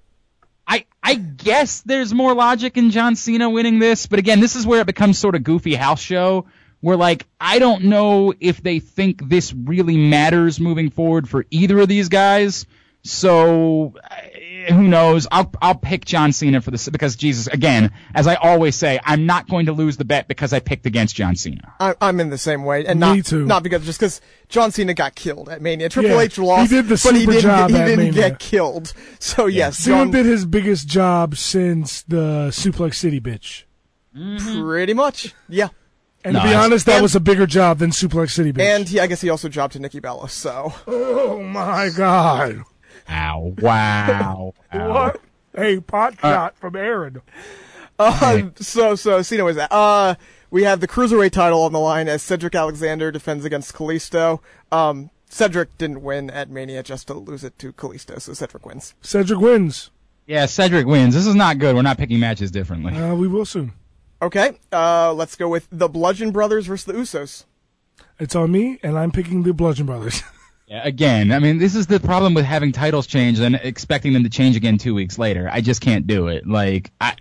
I I guess there's more logic in John Cena winning this, but again, this is where it becomes sort of goofy house show where like I don't know if they think this really matters moving forward for either of these guys. So eh, who knows? I'll I'll pick John Cena for this because Jesus again, as I always say, I'm not going to lose the bet because I picked against John Cena.
I, I'm in the same way, and
Me
not
too.
not because just because John Cena got killed at Mania. Triple
Yeah,
H lost,
he did the
but he
super
didn't,
job
he
at
didn't
Mania.
get killed. So yes,
Cena
John,
did his biggest job since the Suplex City bitch.
pretty much, yeah.
And
No,
to be
that's-
honest, that
and-
was a bigger job than Suplex City bitch.
And he, I guess he also dropped to Nikki Bella. So
oh my god!
Ow! Wow! ow.
What a pot shot from Aaron.
Uh, so so Cena was that. Uh, we have the cruiserweight title on the line as Cedric Alexander defends against Kalisto. Um, Cedric didn't win at Mania just to lose it to Kalisto, so Cedric wins.
Cedric wins.
Yeah, Cedric wins. This is not good. We're not picking matches differently.
Uh, we will soon.
Okay, uh, let's go with the Bludgeon Brothers versus the Usos.
It's on me, and I'm picking the Bludgeon Brothers.
Yeah, again, I mean, this is the problem with having titles change and expecting them to change again two weeks later. I just can't do it. Like, I,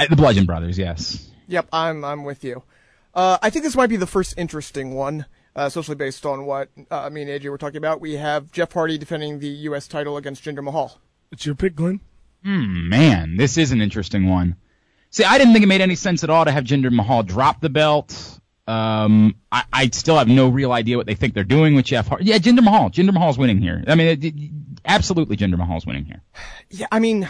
I the Bludgeon Brothers, yes.
Yep, I'm I'm with you. Uh, I think this might be the first interesting one, uh, especially based on what uh, me and AJ were talking about. We have Jeff Hardy defending the U.S. title against Jinder Mahal.
it's your pick, Glenn.
Man, this is an interesting one. See, I didn't think it made any sense at all to have Jinder Mahal drop the belt. Um, I, I still have no real idea what they think they're doing with Jeff Hardy. Yeah, Jinder Mahal. Jinder Mahal's winning here. I mean, it, it, absolutely, Jinder Mahal's winning here.
Yeah, I mean,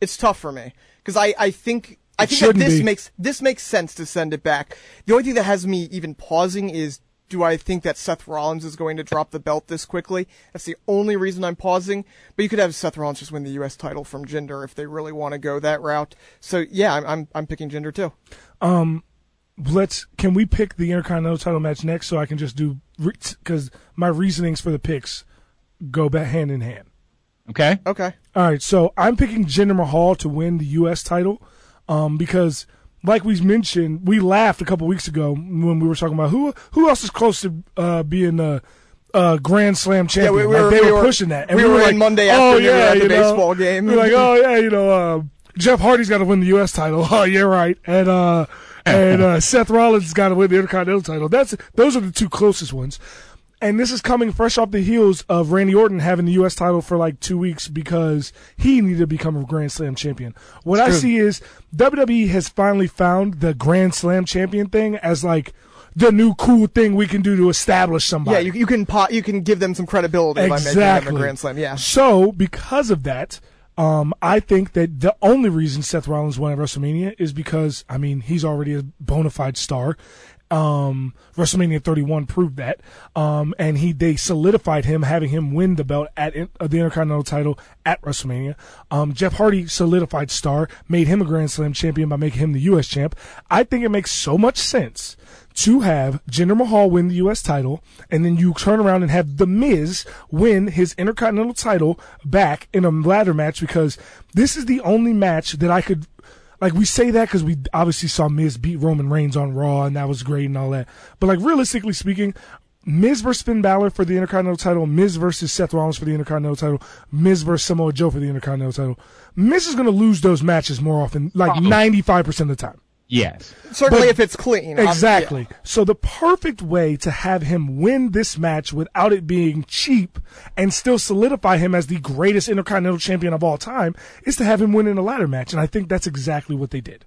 it's tough for me because I, I think I think that
shouldn't
this
be.
makes this makes sense to send it back. The only thing that has me even pausing is do I think that Seth Rollins is going to drop the belt this quickly? That's the only reason I'm pausing. But you could have Seth Rollins just win the U.S. title from Jinder if they really want to go that route. So yeah, I'm I'm, I'm picking Jinder too.
Let's. Can we pick the Intercontinental title match next, so I can just do because my reasonings for the picks go back hand in hand.
Okay?
Okay.
All right, so I'm picking Jinder Mahal to win the U.S. title um, because, like we mentioned, we laughed a couple weeks ago when we were talking about who who else is close to uh, being a, a Grand Slam champion.
we- we
Like,
were-
they
we
were,
were-
pushing that. And
we were
like,
in Monday
oh,
afternoon
yeah,
at the
you know,
baseball game.
We were like, oh yeah, you know, uh, Jeff Hardy's got to win the U.S. title. Oh, yeah, right. And uh, and uh, Seth Rollins got to win the Intercontinental title. That's those are the two closest ones. And this is coming fresh off the heels of Randy Orton having the U.S. title for like two weeks because he needed to become a Grand Slam champion. What I see is WWE has finally found the Grand Slam champion thing as like the new cool thing we can do to establish somebody.
Yeah, you, you can po- you can give them some credibility by making them a Grand Slam. Yeah.
So because of that, um, I think that the only reason Seth Rollins won at WrestleMania is because I mean he's already a bona fide star. Um, WrestleMania 31 proved that. Um, and he they solidified him having him win the belt at in, uh, the Intercontinental title at WrestleMania. Um, Jeff Hardy solidified star, made him a Grand Slam champion by making him the U.S. champ. I think it makes so much sense to have Jinder Mahal win the U.S. title, and then you turn around and have The Miz win his Intercontinental title back in a ladder match because this is the only match that I could. Like we say that because we obviously saw Miz beat Roman Reigns on Raw and that was great and all that. But like realistically speaking, Miz versus Finn Balor for the Intercontinental title, Miz versus Seth Rollins for the Intercontinental title, Miz versus Samoa Joe for the Intercontinental title. Miz is gonna lose those matches more often, like ninety five percent of the time.
Yes.
Certainly,
but-
if it's clean. obvi-
Um,
yeah.
Exactly. So the perfect way to have him win this match without it being cheap and still solidify him as the greatest Intercontinental Champion of all time is to have him win in a ladder match, and I think that's exactly what they did.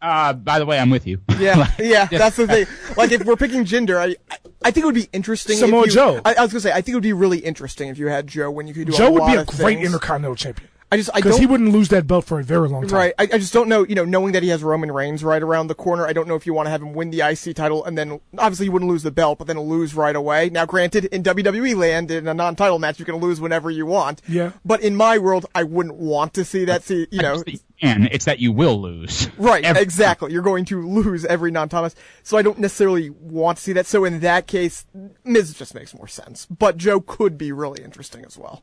Uh, by the way, I'm with you.
Yeah, yeah, that's the thing. Like, if we're picking gender, I, I- I think it would be interesting.
Samoa
if you,
Joe.
I, I was gonna say, I think it would be really interesting if you had Joe when you could do.
Joe
a
would
lot
be a
of
great
things.
Intercontinental Champion
I just, I
because
don't.
he wouldn't lose that belt for a very long time.
Right, I, I just don't know. You know, knowing that he has Roman Reigns right around the corner, I don't know if you want to have him win the IC title and then obviously you wouldn't lose the belt, but then lose right away. Now, granted, in WWE land, in a non-title match, you can lose whenever you want.
Yeah.
But in my world, I wouldn't want to see that. See, you know,
And it's that you will lose.
Right,
Every-
exactly. You're going to lose every non-Thomas, so I don't necessarily want to see that. So in that case, Miz just makes more sense. But Joe could be really interesting as well.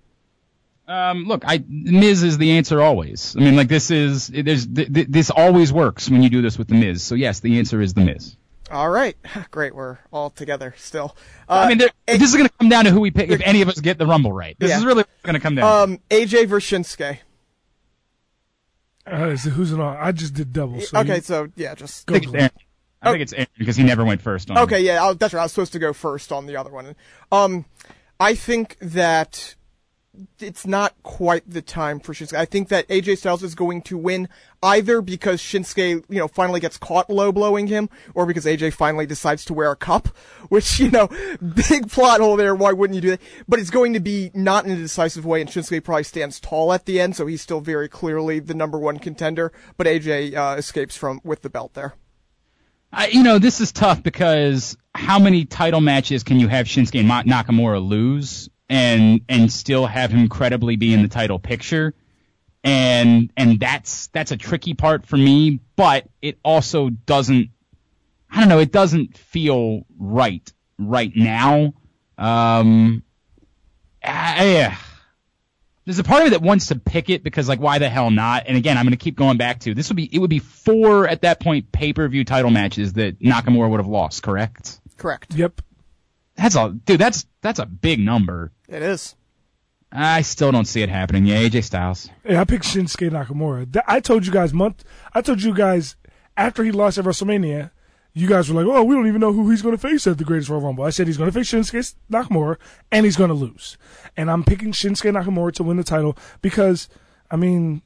Um, look, I Miz is the answer always. I mean, like this is there's th- th- this always works when you do this with the Miz. So yes, the answer is the Miz.
All right, great. We're all together still. Uh,
I mean, there- this is going to come down to who we pick if any of us get the Rumble right. This
Yeah.
is really going to come down.
um, AJ versus Shinsuke.
Uh, is it who's an all? I just did double. So
okay,
you-
so yeah, just
I think it's Aaron. I think it's Aaron because he never went first on.
oh. Okay, yeah, I, that's right. I was supposed to go first on the other one. Um, I think that it's not quite the time for Shinsuke. I think that AJ Styles is going to win either because Shinsuke, you know, finally gets caught low blowing him, or because AJ finally decides to wear a cup, which you know, big plot hole there. Why wouldn't you do that? But it's going to be not in a decisive way, and Shinsuke probably stands tall at the end, so he's still very clearly the number one contender. But AJ uh, escapes from with the belt there.
I, you know, this is tough because how many title matches can you have Shinsuke and Ma- Nakamura lose and and still have him credibly be in the title picture? And and that's that's a tricky part for me, but it also doesn't I don't know, it doesn't feel right right now. Um I, yeah. There's a part of me that wants to pick it because like why the hell not? And again, I'm going to keep going back to this would be it would be four at that point pay-per-view title matches that Nakamura would have lost, correct?
Correct.
Yep.
That's a dude, that's that's a big number.
It is.
I still don't see it happening. Yeah, AJ Styles.
Hey, I picked Shinsuke Nakamura. Th- I told you guys month. I told you guys after he lost at WrestleMania, you guys were like, "Oh, we don't even know who he's going to face at the Greatest Royal Rumble." I said he's going to face Shinsuke Nakamura, and he's going to lose. And I'm picking Shinsuke Nakamura to win the title because, I mean,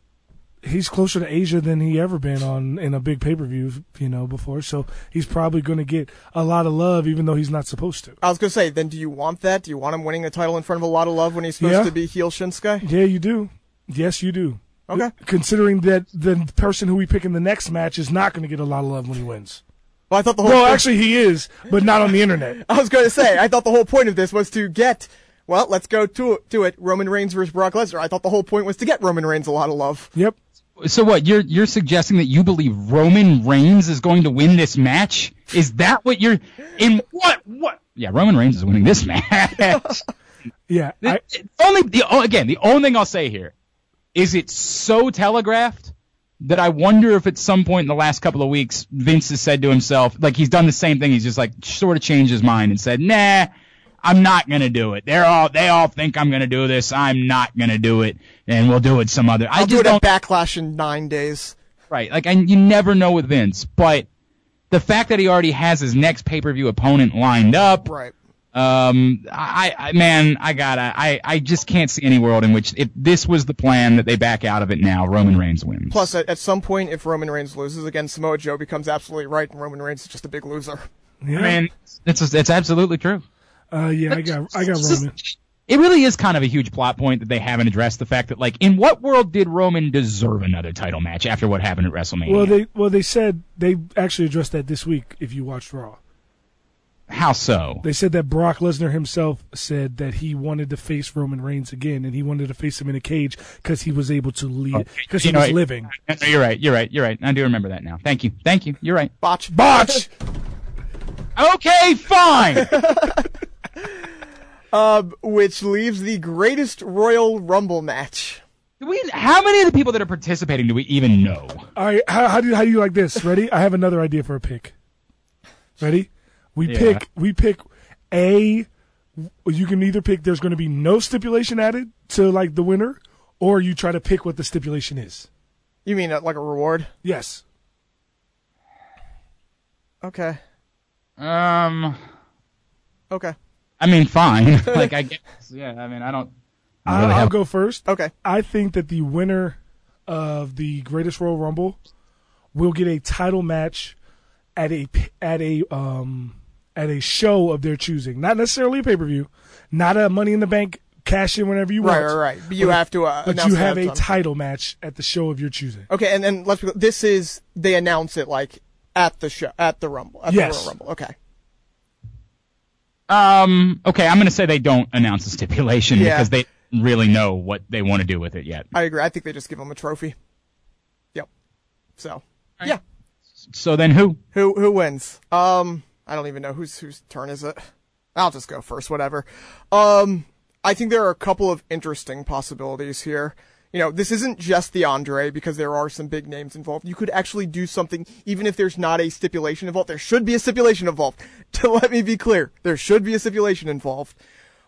he's closer to Asia than he ever been on in a big pay per view, you know, before. So he's probably going to get a lot of love, even though he's not supposed to.
I was gonna say, then do you want that? Do you want him winning the title in front of a lot of love when he's supposed
Yeah.
to be heel Shinsuke?
Yeah, you do. Yes, you do.
Okay.
Considering that the person who we pick in the next match is not going to get a lot of love when he wins.
Well, I thought the whole.
Well,
point-
actually, he is, but not on the internet.
I was gonna say, I thought the whole point of this was to get. Well, let's go to to it. Roman Reigns versus Brock Lesnar. I thought the whole point was to get Roman Reigns a lot of love.
Yep.
So what? You're you're suggesting that you believe Roman Reigns is going to win this match? Is that what you're in? What what? Yeah, Roman Reigns is winning this match.
Yeah. I,
It's only the oh, again the only thing I'll say here is it's so telegraphed that I wonder if at some point in the last couple of weeks Vince has said to himself like he's done the same thing he's just like sort of changed his mind and said nah I'm not gonna do it they're all they all think I'm gonna do this I'm not gonna do it and we'll do it some other I
I'll do
just
it at
don't
Backlash in nine days.
Right. Like, and you never know with Vince, but the fact that he already has his next pay per view opponent lined up,
Right.
um, I, I, man, I gotta, I, I just can't see any world in which if this was the plan that they back out of it now, Roman Reigns wins.
Plus, at, at some point, if Roman Reigns loses again, Samoa Joe becomes absolutely right, and Roman Reigns is just a big loser.
yeah.
I mean, it's just- it's absolutely true.
Uh, yeah, I got, I got Roman.
It really is kind of a huge plot point that they haven't addressed the fact that, like, in what world did Roman deserve another title match after what happened at WrestleMania?
Well, they, well, they said they actually addressed that this week. If you watched Raw,
How so?
they said that Brock Lesnar himself said that he wanted to face Roman Reigns again, and he wanted to face him in a cage because he was able to lead, because
Oh, You
he
know,
was
I-
living.
No, you're right. You're right. You're right. I do remember that now. Thank you. Thank you. You're right.
Botch.
Botch.
Okay, fine.
Which leaves the greatest Royal Rumble match.
Do we, how many of the people that are participating do we even know?
All right, how, how do you- how do you like this? Ready? I have another idea for a pick. Ready? We
Yeah.
pick we pick a. You can either pick. There's going to be no stipulation added to like the winner, or you try to pick what the stipulation is.
You mean uh, like a reward?
Yes.
Okay.
Um,
Okay.
I mean, fine. like, I guess, yeah, I mean, I don't. Uh,
I,
really
I'll
have-
go first.
Okay.
I think that the winner of the Greatest Royal Rumble will get a title match at a at a um at a show of their choosing, not necessarily a pay per view, not a Money in the Bank cash in whenever you
Right,
want.
right, right. But you have to, uh,
but
announce
you
it
have
ahead
a
of time.
title match at the show of your choosing.
Okay, and then let's. This is they announce it like at the show at the Rumble at
Yes.
the Royal Rumble. Okay.
Um, okay, I'm going to say they don't announce a stipulation
Yeah.
because they don't really know what they want to do with it yet.
I agree. I think they just give him a trophy. Yep. So, yeah.
So then who?
Who who wins? Um, I don't even know whose whose turn is it. I'll just go first. Whatever. Um, I think there are a couple of interesting possibilities here. You know, this isn't just the Andre because there are some big names involved. You could actually do something, even if there's not a stipulation involved. There should be a stipulation involved. To let me be clear, there should be a stipulation involved.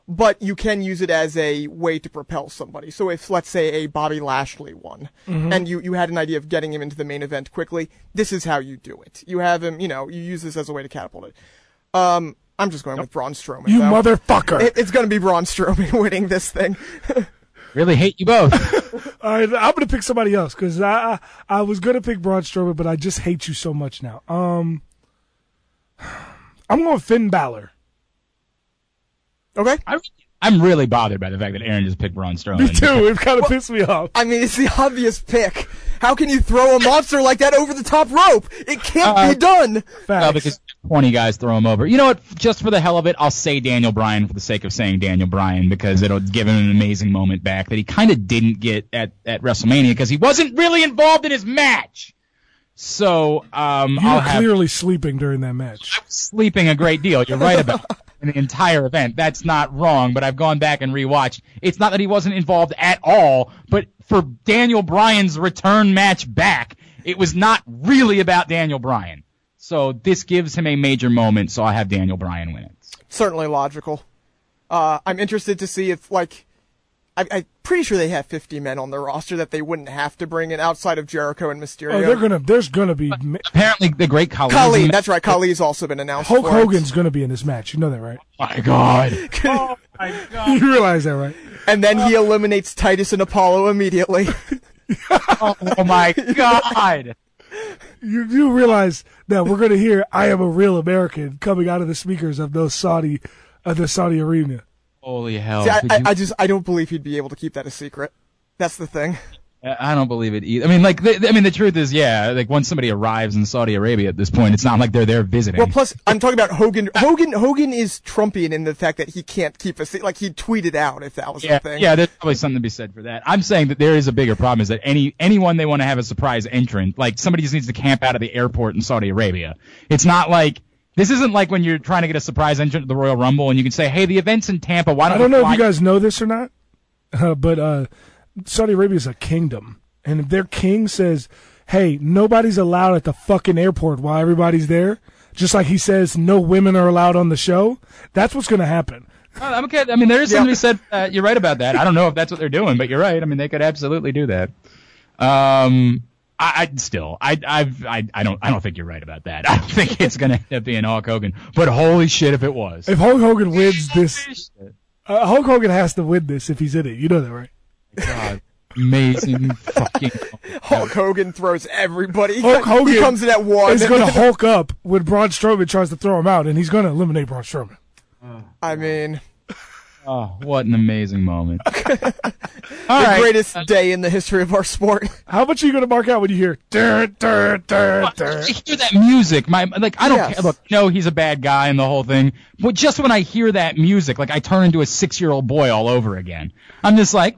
but you can use it as a way to propel somebody. So if let's say a Bobby Lashley won,
Mm-hmm.
and you you had an idea of getting him into the main event quickly, this is how you do it. You have him, you know, you use this as a way to catapult it. Um, I'm just going with Braun Strowman.
You
though.
motherfucker.
It- it's going to be Braun Strowman winning this thing.
Really hate you both.
All right, I'm gonna pick somebody else because I, I I was gonna pick Braun Strowman, but I just hate you so much now. Um, I'm going Finn Balor.
okay.
I, I'm really bothered by the fact that Aaron just picked Braun Strowman.
Me too. It kind of pissed me off.
I mean, it's the obvious pick. How can you throw a monster like that over the top rope? It can't
Uh,
be done.
Uh,
Facts.
because 20 guys throw him over. You know what? Just for the hell of it, I'll say Daniel Bryan for the sake of saying Daniel Bryan because it'll give him an amazing moment back that he kind of didn't get at, at WrestleMania because he wasn't really involved in his match. So um,
you
I'll
were
have
clearly sleeping during that match.
sleeping a great deal. You're right about an entire event. That's not wrong, but I've gone back and rewatched. It's not that he wasn't involved at all, but for Daniel Bryan's return match back, it was not really about Daniel Bryan. So this gives him a major moment, so I have Daniel Bryan win it.
certainly logical. Uh, I'm interested to see if, like, I, I'm pretty sure they have 50 men on their roster that they wouldn't have to bring in outside of Jericho and Mysterio.
Oh, they're gonna. There's gonna be ma-
Apparently the great Kali.
Kali, that's right. Kali's also been announced.
Hulk
for it.
Hogan's gonna be in this match. You know that, right?
Oh my god.
You realize that, right?
and then he eliminates Titus and Apollo immediately.
Oh my god.
You do realize that we're gonna hear "I am a real American" coming out of the speakers of those Saudi, of the Saudi arena.
Holy hell.
See, I,
Could
I,
you-
I just I don't believe he'd be able to keep that a secret. That's the thing.
I don't believe it either. I mean, like, the, I mean, the truth is, yeah, like once somebody arrives in Saudi Arabia at this point, it's not like they're there visiting.
Well, plus I'm talking about Hogan. Hogan Hogan is Trumpian in the fact that he can't keep a secret. Like he'd tweet it out if that was the
yeah,
thing.
yeah, there's probably something to be said for that. I'm saying that there is a bigger problem is that any anyone they want to have a surprise entrant, like somebody just needs to camp out of the airport in Saudi Arabia. It's not like this isn't like when you're trying to get a surprise entrant to the Royal Rumble and you can say, "Hey, the event's in Tampa. Why don't
I don't
we
know if
fly
you guys know this or not, uh, but uh, Saudi Arabia is a kingdom, and if their king says, "Hey, nobody's allowed at the fucking airport while everybody's there," just like he says, "No women are allowed on the show," that's what's going to happen.
Oh, I'm okay. I mean, there is something to be said. Uh, you're right about that. I don't know if that's what they're doing, but you're right. I mean, they could absolutely do that. Um, I, I still, I, I've, I, I don't, I don't think you're right about that. I don't think it's gonna end up being Hulk Hogan. But holy shit, if it was.
If Hulk Hogan wins this, uh, Hulk Hogan has to win this if he's in it. You know that, right?
God, amazing fucking.
Hulk Hogan throws everybody.
Hulk Hogan
he comes in at one.
He's going to Hulk up when Braun Strowman tries to throw him out, and he's going to eliminate Braun Strowman.
I mean,
Oh, what an amazing moment. All
the
right. Uh,
greatest day in the history of our sport.
How much are you going to mark out when you hear? Dur, dur, dur, dur?
I hear that music. My like, I don't
Yes.
care. Look, no, he's a bad guy and the whole thing. But just when I hear that music, like I turn into a six-year-old boy all over again. I'm just like,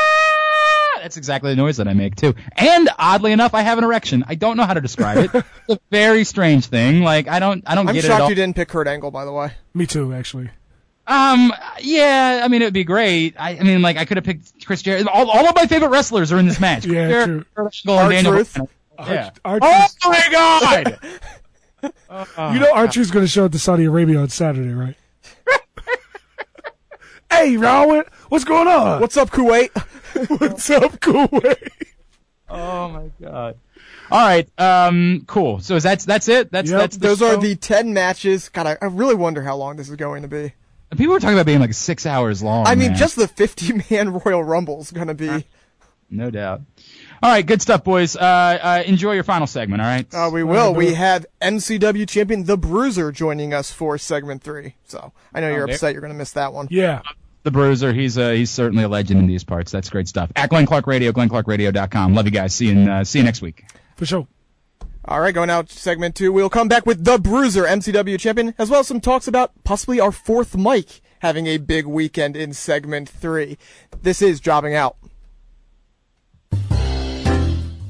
"Ah!" that's exactly the noise that I make too. And oddly enough, I have an erection. I don't know how to describe it. it's a very strange thing. Like I don't, I don't
I'm
get it at
shocked
all.
you didn't pick Kurt Angle, by the way.
Me too, actually.
Um, yeah, I mean, it'd be great. I, I mean, like, I could have picked Chris Jericho. All, all of my favorite wrestlers are in this match.
Yeah,
Jericho,
true.
Angle, and Daniel
R-Truth.
Bryan. Yeah.
R-
Oh my god!
You know Archer's going to show up to Saudi Arabia on Saturday, right? hey, Rowan, what's going on?
What's up, Kuwait?
What's up, Kuwait?
oh my god. All right. Um. Cool. So is that's that's it. That's
Yep,
that's the
Those are
show?
the ten matches. God, I, I really wonder how long this is going to be.
people were talking about being like six hours long.
I mean,
man.
just the fifty-man Royal Rumble's going to be.
no doubt. All right. Good stuff, boys. Uh, uh. Enjoy your final segment. All right.
Uh, we will. We have MCW champion The Bruiser joining us for segment three. So I know you're
Oh, there-
upset you're going to miss that one.
Yeah.
the Bruiser. He's uh, he's certainly a legend in these parts. That's great stuff. At Glenn Clark Radio, glennclarkradio.com. Love you guys. See you in, uh, see you next week.
For sure.
All right, going out to segment two. We'll come back with The Bruiser, MCW champion, as well as some talks about possibly our fourth mic having a big weekend in segment three. This is Jobbing Out.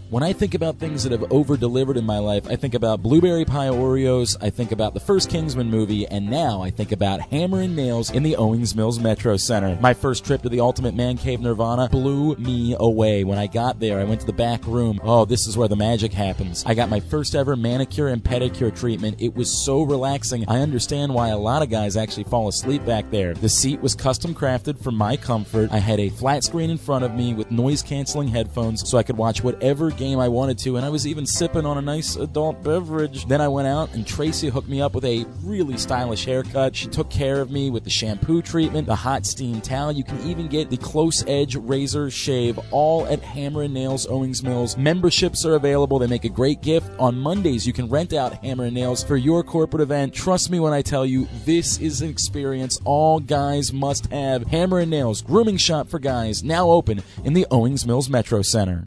When I think about things that have over delivered in my life, I think about Blueberry Pie Oreos, I think about the first Kingsman movie, and now I think about Hammer and Nails in the Owings Mills Metro Center. My first trip to the Ultimate Man Cave Nirvana blew me away. When I got there, I went to the back room. Oh, this is where the magic happens. I got my first ever manicure and pedicure treatment. It was so relaxing. I understand why a lot of guys actually fall asleep back there. The seat was custom crafted for my comfort. I had a flat screen in front of me with noise canceling headphones so I could watch whatever game I wanted to, and I was even sipping on a nice adult beverage. Then I went out, and Tracy hooked me up with a really stylish haircut. She took care of me with the shampoo treatment, the hot steam towel. You can even get the close edge razor shave, all at Hammer and Nails Owings Mills. Memberships are available, they make a great gift. On Mondays, you can rent out Hammer and Nails for your corporate event. Trust me when I tell you, this is an experience all guys must have. Hammer and Nails, grooming shop for guys, now open in the Owings Mills Metro Center.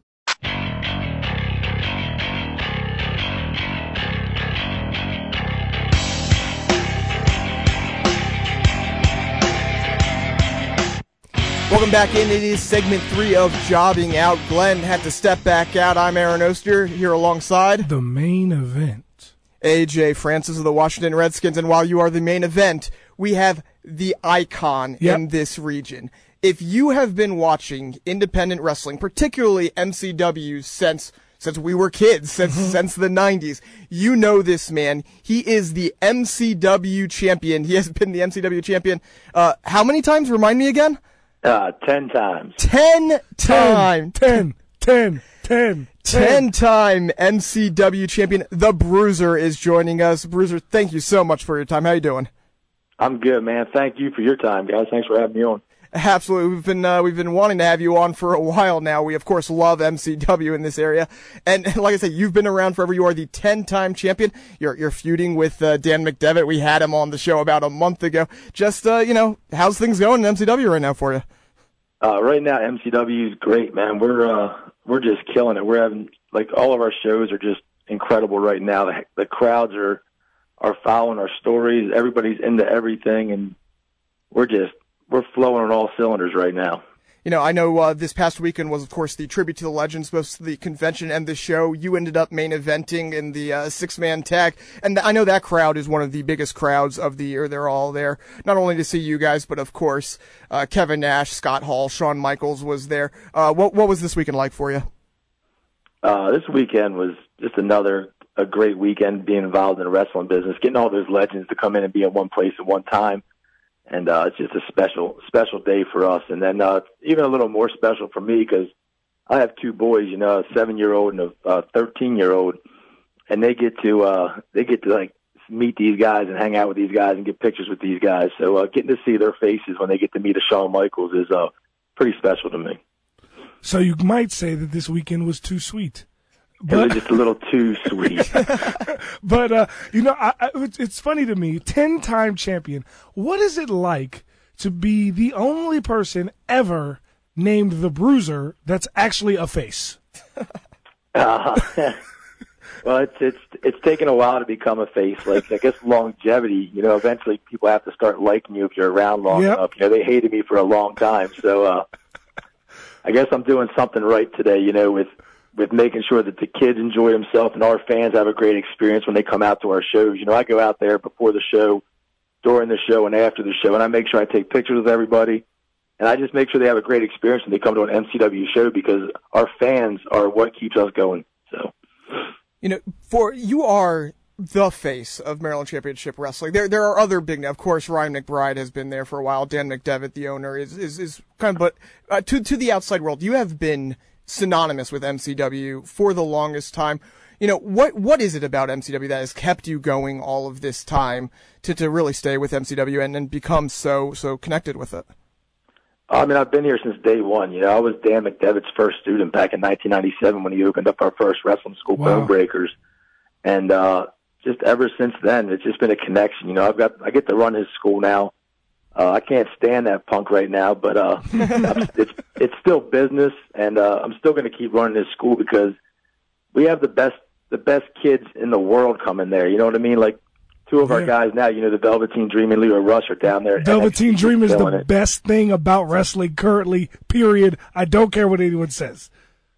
Welcome back in. It is segment three of Jobbing Out. Glenn had to step back out. I'm Aaron Oster here alongside
The main event.
AJ Francis of the Washington Redskins. And while you are the main event, we have the icon
Yep.
in this region. If you have been watching independent wrestling, particularly MCW since since we were kids, since since the 90s, you know this man. He is the MCW champion. He has been the MCW champion. Uh, how many times? Remind me again.
Uh, ten times.
Ten time,
10, 10, 10, 10.
ten time MCW champion, the Bruiser is joining us. Bruiser, thank you so much for your time. How you doing?
I'm good, man. Thank you for your time, guys. Thanks for having me on.
Absolutely, we've been uh, we've been wanting to have you on for a while now. We of course love MCW in this area, and like I said, you've been around forever. You are the ten time champion. You're you're feuding with uh, Dan McDevitt. We had him on the show about a month ago. Just uh, you know, how's things going in MCW right now for you?
Uh, right now, MCW is great, man. We're uh, we're just killing it. We're having like all of our shows are just incredible right now. The, the crowds are are following our stories. Everybody's into everything, and we're just we're flowing on all cylinders right now.
You know, I know uh, this past weekend was, of course, the tribute to the legends, both the convention and the show. You ended up main eventing in the uh, six-man tag, and I know that crowd is one of the biggest crowds of the year. They're all there, not only to see you guys, but of course, uh, Kevin Nash, Scott Hall, Shawn Michaels was there. Uh, what what was this weekend like for you?
Uh, this weekend was just another a great weekend being involved in the wrestling business, getting all those legends to come in and be in one place at one time, and uh, it's just a special special day for us. And then uh, even a little more special for me because I have two boys, you know, a seven year old and a thirteen year old, and they get to uh, they get to like meet these guys and hang out with these guys and get pictures with these guys. So uh, getting to see their faces when they get to meet a Shawn Michaels is uh, pretty special to me.
So you might say that this weekend was too sweet.
It was just a little too sweet.
But uh, you know, I, I, it's, it's funny to me. Ten-time champion. What is it like to be the only person ever named the Bruiser that's actually a face?
Uh, well, it's it's it's taken a while to become a face. Like I guess longevity, you know, eventually people have to start liking you if you're around long
Yep.
enough. You know, they hated me for a long time, so uh, I guess I'm doing something right today. You know, with with making sure that the kids enjoy themselves and our fans have a great experience when they come out to our shows. You know, I go out there before the show, during the show, and after the show, and I make sure I take pictures with everybody. And I just make sure they have a great experience when they come to an MCW show because our fans are what keeps us going. So.
You know, for you are the face of Maryland Championship Wrestling. There, there are other big. Of course, Ryan McBride has been there for a while. Dan McDevitt, the owner, is is, is kind of. But uh, to to the outside world, you have been synonymous with MCW for the longest time. You know what what is it about MCW that has kept you going all of this time to to really stay with MCW and and become so so connected with it?
I mean, I've been here since day one. You know, I was Dan McDevitt's first student back in 1997 when he opened up our first wrestling school,
Wow.
Bone Breakers, and uh, just ever since then, it's just been a connection. You know, I've got I get to run his school now. Uh, I can't stand that punk right now, but uh, I'm- it's it's still business, and uh, I'm still going to keep running his school because we have the best the best kids in the world coming there. You know what I mean? Like two of our
Yeah.
guys now, you know, the Velveteen Dream and Leo Rush are down there. at
Velveteen
NXT
Dream is the
killing it.
best thing about wrestling currently. Period. I don't care what anyone says.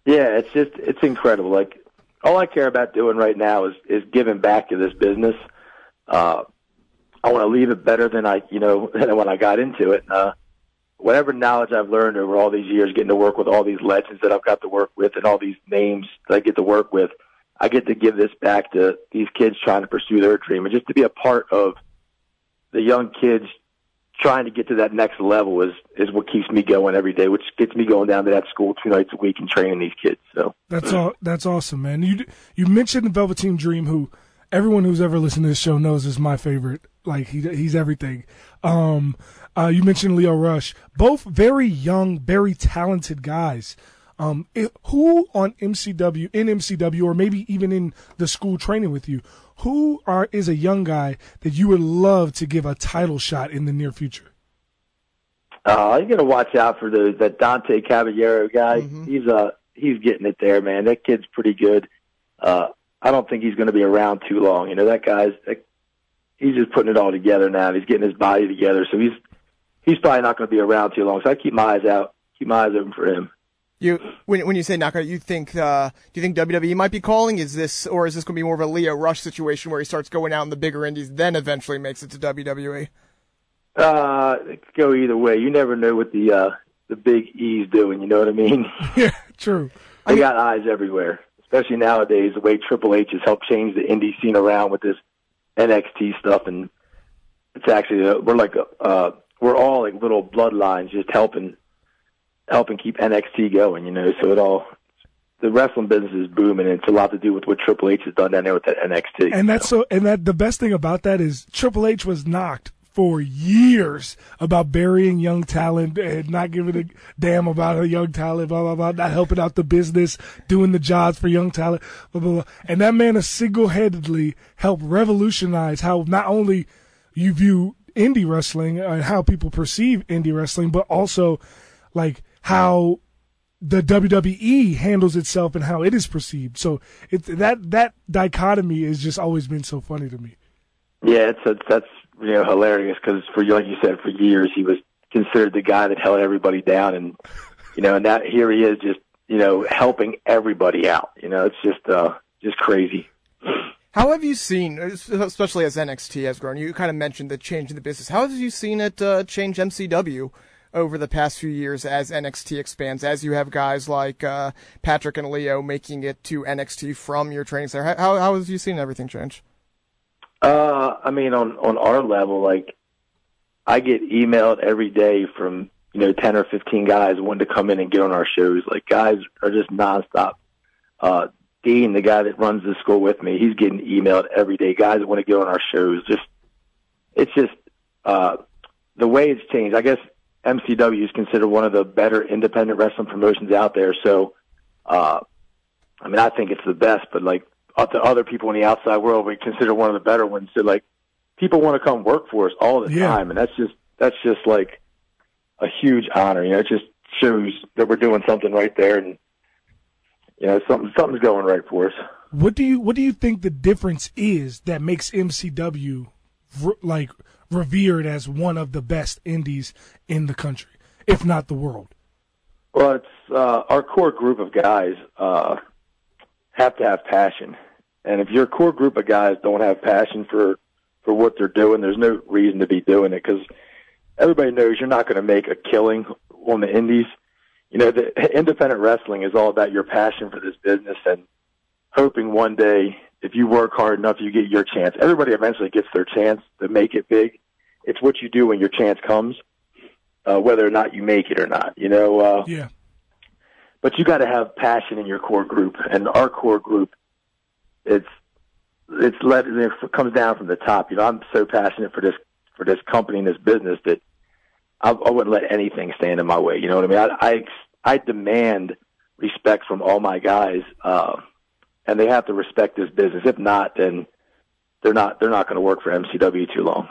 Yeah, it's just it's incredible. Like all I care about doing right now is is giving back to this business. Uh, I want to leave it better than I you know than when I got into it. Uh, whatever knowledge I've learned over all these years, getting to work with all these legends that I've got to work with, and all these names that I get to work with, I get to give this back to these kids trying to pursue their dream, and just to be a part of the young kids trying to get to that next level is is what keeps me going every day, which gets me going down to that school two nights a week and training these kids. So
that's all. That's awesome, man. You you mentioned the Velveteen Dream, who everyone who's ever listened to this show knows is my favorite. Like he he's everything. Um, uh, you mentioned Leo Rush, both very young, very talented guys. Um, it, who on MCW in MCW or maybe even in the school training with you, who are is a young guy that you would love to give a title shot in the near future?
Uh, you got to watch out for the that Dante Caballero guy. Mm-hmm. He's uh he's getting it there, man. That kid's pretty good. Uh, I don't think he's going to be around too long. You know that guy's that, he's just putting it all together now. He's getting his body together, so he's he's probably not going to be around too long. So I keep my eyes out, keep my eyes open for him.
You when when you say knockout, you think uh, do you think WWE might be calling? Is this or is this going to be more of a Leo Rush situation where he starts going out in the bigger indies, then eventually makes it to E? WWE?
Uh, it could go either way. You never know what the uh, the big E's doing. You know what I mean?
Yeah, true.
They I mean, got eyes everywhere, especially nowadays. The way Triple H has helped change the indie scene around with this NXT stuff, and it's actually uh, we're like uh, we're all like little bloodlines just helping helping keep NXT going, you know. So it all the wrestling business is booming, and it's a lot to do with what Triple H has done down there with that NXT.
And that's
know?
so. And that the best thing about that is Triple H was knocked for years about burying young talent and not giving a damn about a young talent, blah blah blah, not helping out the business, doing the jobs for young talent, blah blah. blah. And that man has single handedly helped revolutionize how not only you view indie wrestling and how people perceive indie wrestling, but also like how the WWE handles itself and how it is perceived. So it, that that dichotomy has just always been so funny to me.
Yeah, it's, it's that's you know hilarious because for like you said, for years he was considered the guy that held everybody down, and you know, and that here he is just you know helping everybody out. You know, it's just uh just crazy.
How have you seen, especially as NXT has grown? You kind of mentioned the change in the business. How have you seen it uh, change MCW? over the past few years as NXT expands, as you have guys like uh, Patrick and Leo making it to NXT from your training center? How, how have you seen everything change?
Uh, I mean, on, on our level, like, I get emailed every day from, you know, 10 or 15 guys wanting to come in and get on our shows. Like, guys are just nonstop. Uh, Dean, the guy that runs the school with me, he's getting emailed every day. Guys that want to get on our shows. Just, it's just, uh, the way it's changed. I guess MCW is considered one of the better independent wrestling promotions out there. So, uh, I mean, I think it's the best, but like up to other people in the outside world, we consider one of the better ones. So like people want to come work for us all the yeah. time. And that's just, that's just like a huge honor. You know, it just shows that we're doing something right there. And, you know, something, something's going right for us.
What do you, what do you think the difference is that makes MCW like revered as one of the best indies in the country, if not the world?
Well, it's uh, our core group of guys uh, have to have passion, and if your core group of guys don't have passion for for what they're doing, there's no reason to be doing it because everybody knows you're not going to make a killing on the indies. You know, the independent wrestling is all about your passion for this business and hoping one day if you work hard enough, you get your chance. Everybody eventually gets their chance to make it big. It's what you do when your chance comes, uh, whether or not you make it or not. You know. Uh,
yeah.
But you got to have passion in your core group, and our core group, it's it's let it comes down from the top. You know, I'm so passionate for this for this company and this business that I, I wouldn't let anything stand in my way. You know what I mean? I I, I demand respect from all my guys. Uh, and they have to respect this business. If not, then they're not they're not going to work for MCW too long.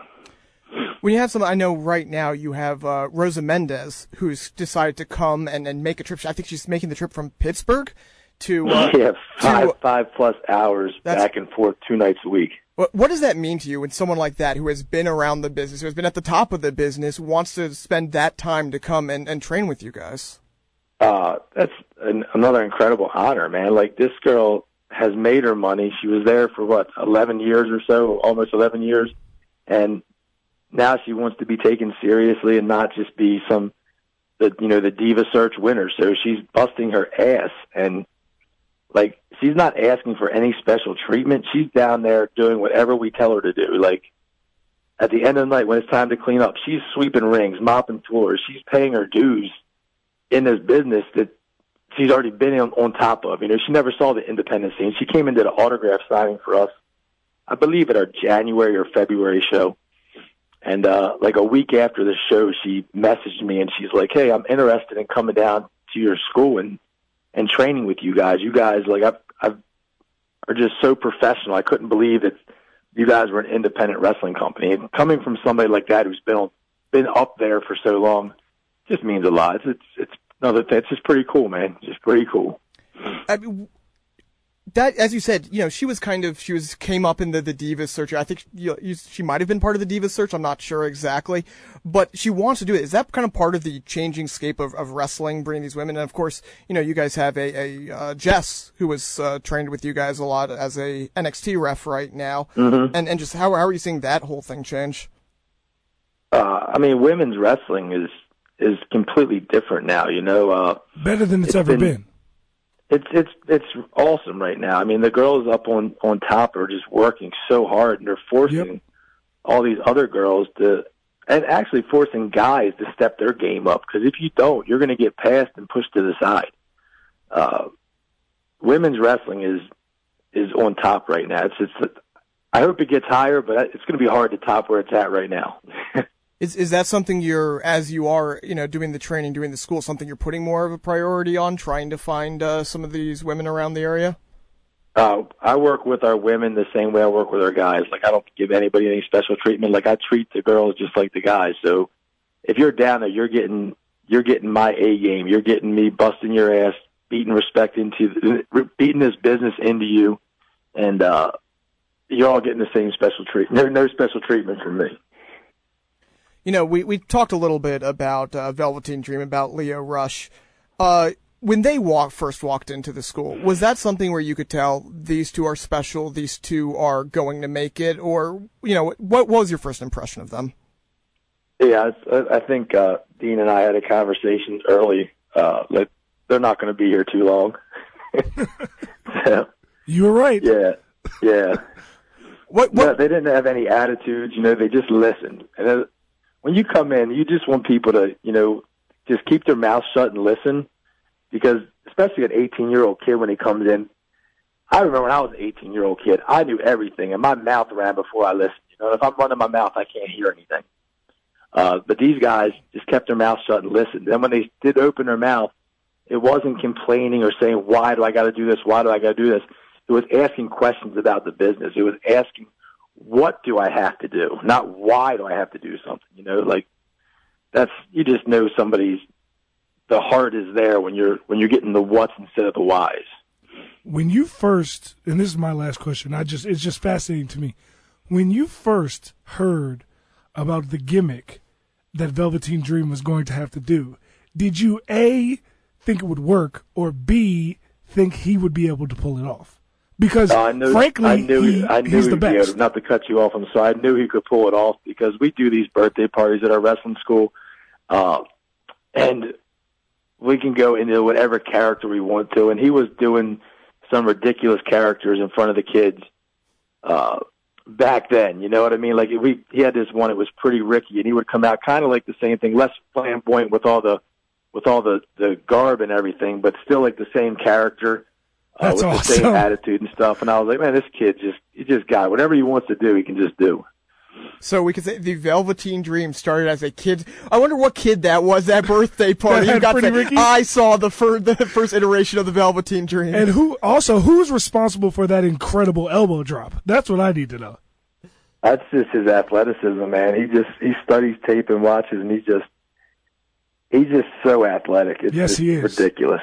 When you have some, I know right now you have uh, Rosa Mendez who's decided to come and, and make a trip. I think she's making the trip from Pittsburgh to uh,
yeah five to, five plus hours back and forth two nights a week.
What, what does that mean to you when someone like that who has been around the business, who has been at the top of the business, wants to spend that time to come and, and train with you guys?
uh, that's an, another incredible honor, man. Like this girl has made her money. She was there for what eleven years or so, almost eleven years, and now she wants to be taken seriously and not just be some the you know the diva search winner. So she's busting her ass and like she's not asking for any special treatment. She's down there doing whatever we tell her to do. Like at the end of the night when it's time to clean up, she's sweeping rings, mopping floors, she's paying her dues in this business that she's already been on, on top of. You know, she never saw the independent scene. She came and did an autograph signing for us, I believe at our January or February show. And uh like a week after the show she messaged me and she's like, Hey, I'm interested in coming down to your school and and training with you guys. You guys like I've I've are just so professional. I couldn't believe that you guys were an independent wrestling company. And coming from somebody like that who's been on, been up there for so long just means a lot. It's it's, it's another that's just pretty cool, man. Just pretty cool.
I mean, that as you said, you know, she was kind of she was came up in the the divas search. I think you, you, she might have been part of the divas search. I'm not sure exactly, but she wants to do it. Is that kind of part of the changing scape of, of wrestling, bringing these women? And of course, you know, you guys have a, a uh, Jess who was uh, trained with you guys a lot as a NXT ref right now,
mm-hmm.
and and just how how are you seeing that whole thing change?
Uh, I mean, women's wrestling is is completely different now. You know, uh,
better than it's, it's ever been, been
it's it's it's awesome right now. I mean, the girls up on on top are just working so hard, and they're forcing yep. all these other girls to, and actually forcing guys to step their game up. Because if you don't, you're going to get passed and pushed to the side. Uh, women's wrestling is is on top right now. It's it's. I hope it gets higher, but it's going to be hard to top where it's at right now.
Is is that something you're, as you are, you know, doing the training, doing the school, something you're putting more of a priority on, trying to find uh, some of these women around the area?
Uh, I work with our women the same way I work with our guys. Like I don't give anybody any special treatment. Like I treat the girls just like the guys. So if you're down there, you're getting you're getting my A game. You're getting me busting your ass, beating respect into beating this business into you, and uh, you're all getting the same special treatment. No, no special treatment from me
you know, we, we talked a little bit about uh, Velveteen Dream, about Leo Rush. Uh, when they walk, first walked into the school, was that something where you could tell these two are special, these two are going to make it, or, you know, what, what was your first impression of them?
Yeah, I, I think uh, Dean and I had a conversation early. Uh, like, they're not going to be here too long.
yeah. You were right.
Yeah, yeah.
what, what?
No, they didn't have any attitudes. You know, they just listened. And it, when you come in, you just want people to, you know, just keep their mouth shut and listen because especially an 18 year old kid when he comes in, I remember when I was an 18 year old kid, I knew everything and my mouth ran before I listened. You know, if I'm running my mouth, I can't hear anything. Uh, but these guys just kept their mouth shut and listened. And when they did open their mouth, it wasn't complaining or saying, why do I got to do this? Why do I got to do this? It was asking questions about the business. It was asking what do I have to do, not why do I have to do something. You know, like that's you just know somebody's the heart is there when you're when you're getting the what's instead of the whys.
When you first, and this is my last question, I just it's just fascinating to me. When you first heard about the gimmick that Velveteen Dream was going to have to do, did you a think it would work or b think he would be able to pull it off? because uh, I knew, frankly, I knew, he, I knew he's the best.
Able, not to cut you off, I'm sorry. I knew he could pull it off because we do these birthday parties at our wrestling school, uh, and we can go into whatever character we want to. And he was doing some ridiculous characters in front of the kids uh, back then. You know what I mean? Like we, he had this one. It was pretty Ricky, and he would come out kind of like the same thing, less flamboyant with all the with all the the garb and everything, but still like the same character. Uh,
That's
with
awesome.
the same attitude and stuff. And I was like, man, this kid just he just got it. whatever he wants to do, he can just do.
So we could say the Velveteen Dream started as a kid. I wonder what kid that was that birthday party.
that
got
Pretty Ricky?
I saw the, fir- the first iteration of the Velveteen Dream.
And who also who's responsible for that incredible elbow drop? That's what I need to know.
That's just his athleticism, man. He just he studies tape and watches, and he just he's just so athletic. It's
yes,
just
he is
ridiculous.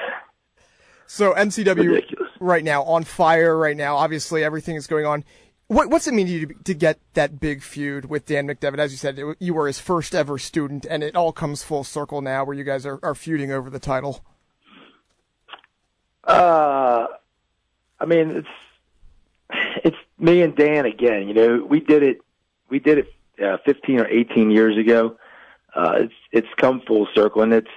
So MCW
Ridiculous.
right now on fire right now. Obviously everything is going on. What, what's it mean to you to, to get that big feud with Dan McDevitt? As you said, it, you were his first ever student, and it all comes full circle now, where you guys are, are feuding over the title.
Uh, I mean, it's it's me and Dan again. You know, we did it. We did it uh, 15 or 18 years ago. Uh, it's it's come full circle, and it's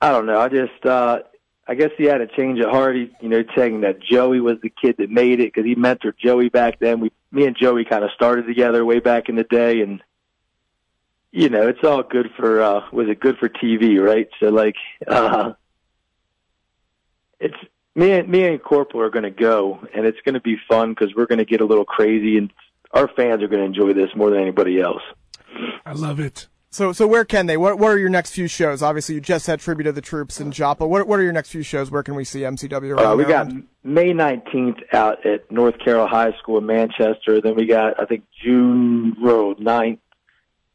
I don't know. I just uh, I guess he had a change of heart. He, you know, saying that Joey was the kid that made it because he mentored Joey back then. We, me and Joey, kind of started together way back in the day, and you know, it's all good for uh, was it good for TV, right? So like, uh, it's me and me and Corporal are going to go, and it's going to be fun because we're going to get a little crazy, and our fans are going to enjoy this more than anybody else.
I love it.
So, so where can they? What, what are your next few shows? Obviously, you just had Tribute to the Troops in Joppa. What, what are your next few shows? Where can we see MCW?
Uh, we got May 19th out at North Carroll High School in Manchester. Then we got, I think, June road 9th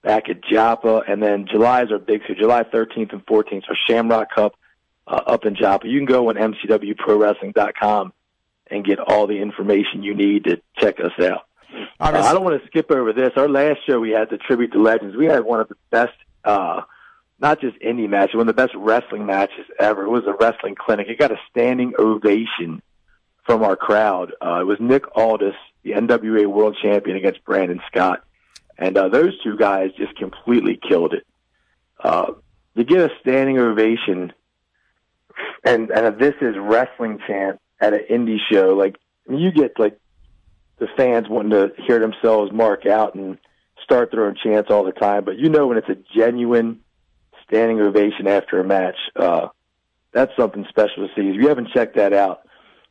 back at Joppa. And then July is our big, so July 13th and 14th, so Shamrock Cup uh, up in Joppa. You can go on MCWProWrestling.com and get all the information you need to check us out. Uh, I don't want to skip over this. Our last show, we had the tribute to legends. We had one of the best, uh, not just indie matches, one of the best wrestling matches ever. It was a wrestling clinic. It got a standing ovation from our crowd. Uh, it was Nick Aldis, the NWA World Champion, against Brandon Scott, and uh, those two guys just completely killed it. Uh, to get a standing ovation, and and a this is wrestling chant at an indie show, like you get like the fans wanting to hear themselves mark out and start their own chants all the time. But you know when it's a genuine standing ovation after a match, uh, that's something special to see. If you haven't checked that out,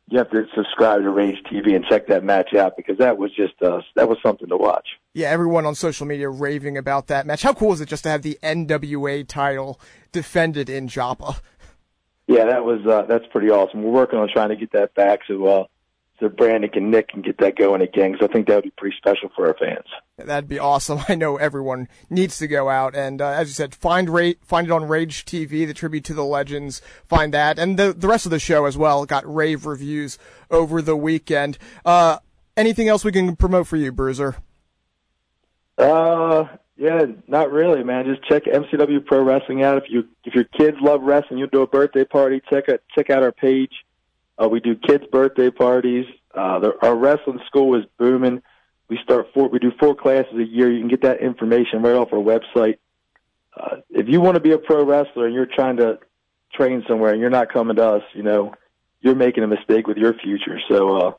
you have to subscribe to Rage TV and check that match out because that was just uh, that was something to watch.
Yeah, everyone on social media raving about that match. How cool is it just to have the NWA title defended in Joppa?
Yeah, that was uh, that's pretty awesome. We're working on trying to get that back. So. Uh, so Brandon and Nick can get that going again because I think that would be pretty special for our fans.
That'd be awesome. I know everyone needs to go out and, uh, as you said, find Ra- find it on Rage TV, the tribute to the legends. Find that and the the rest of the show as well. Got rave reviews over the weekend. Uh, anything else we can promote for you, Bruiser?
Uh, yeah, not really, man. Just check MCW Pro Wrestling out. If you if your kids love wrestling, you do a birthday party. Check out check out our page. Uh, we do kids' birthday parties. Uh, the, our wrestling school is booming. We start four. We do four classes a year. You can get that information right off our website. Uh, if you want to be a pro wrestler and you're trying to train somewhere and you're not coming to us, you know, you're making a mistake with your future. So, uh,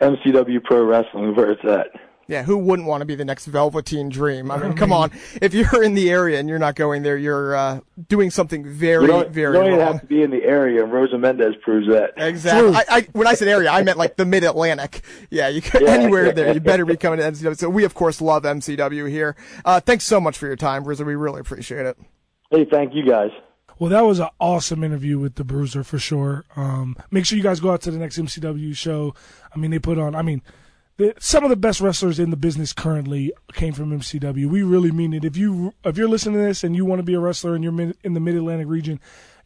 MCW Pro Wrestling, where it's at.
Yeah, who wouldn't want to be the next Velveteen Dream? I mean, come on. If you're in the area and you're not going there, you're uh, doing something very,
you don't,
very
you don't
wrong.
have to be in the area, and Rosa Mendez proves that.
Exactly. I, I, when I said area, I meant like the Mid Atlantic. Yeah, you could, yeah, anywhere yeah. there, you better be coming to MCW. So we, of course, love MCW here. Uh, thanks so much for your time, Rizzo. We really appreciate it.
Hey, thank you guys.
Well, that was an awesome interview with the Bruiser for sure. Um, make sure you guys go out to the next MCW show. I mean, they put on. I mean some of the best wrestlers in the business currently came from MCW. We really mean it. If you if you're listening to this and you want to be a wrestler and you're in the Mid Atlantic region,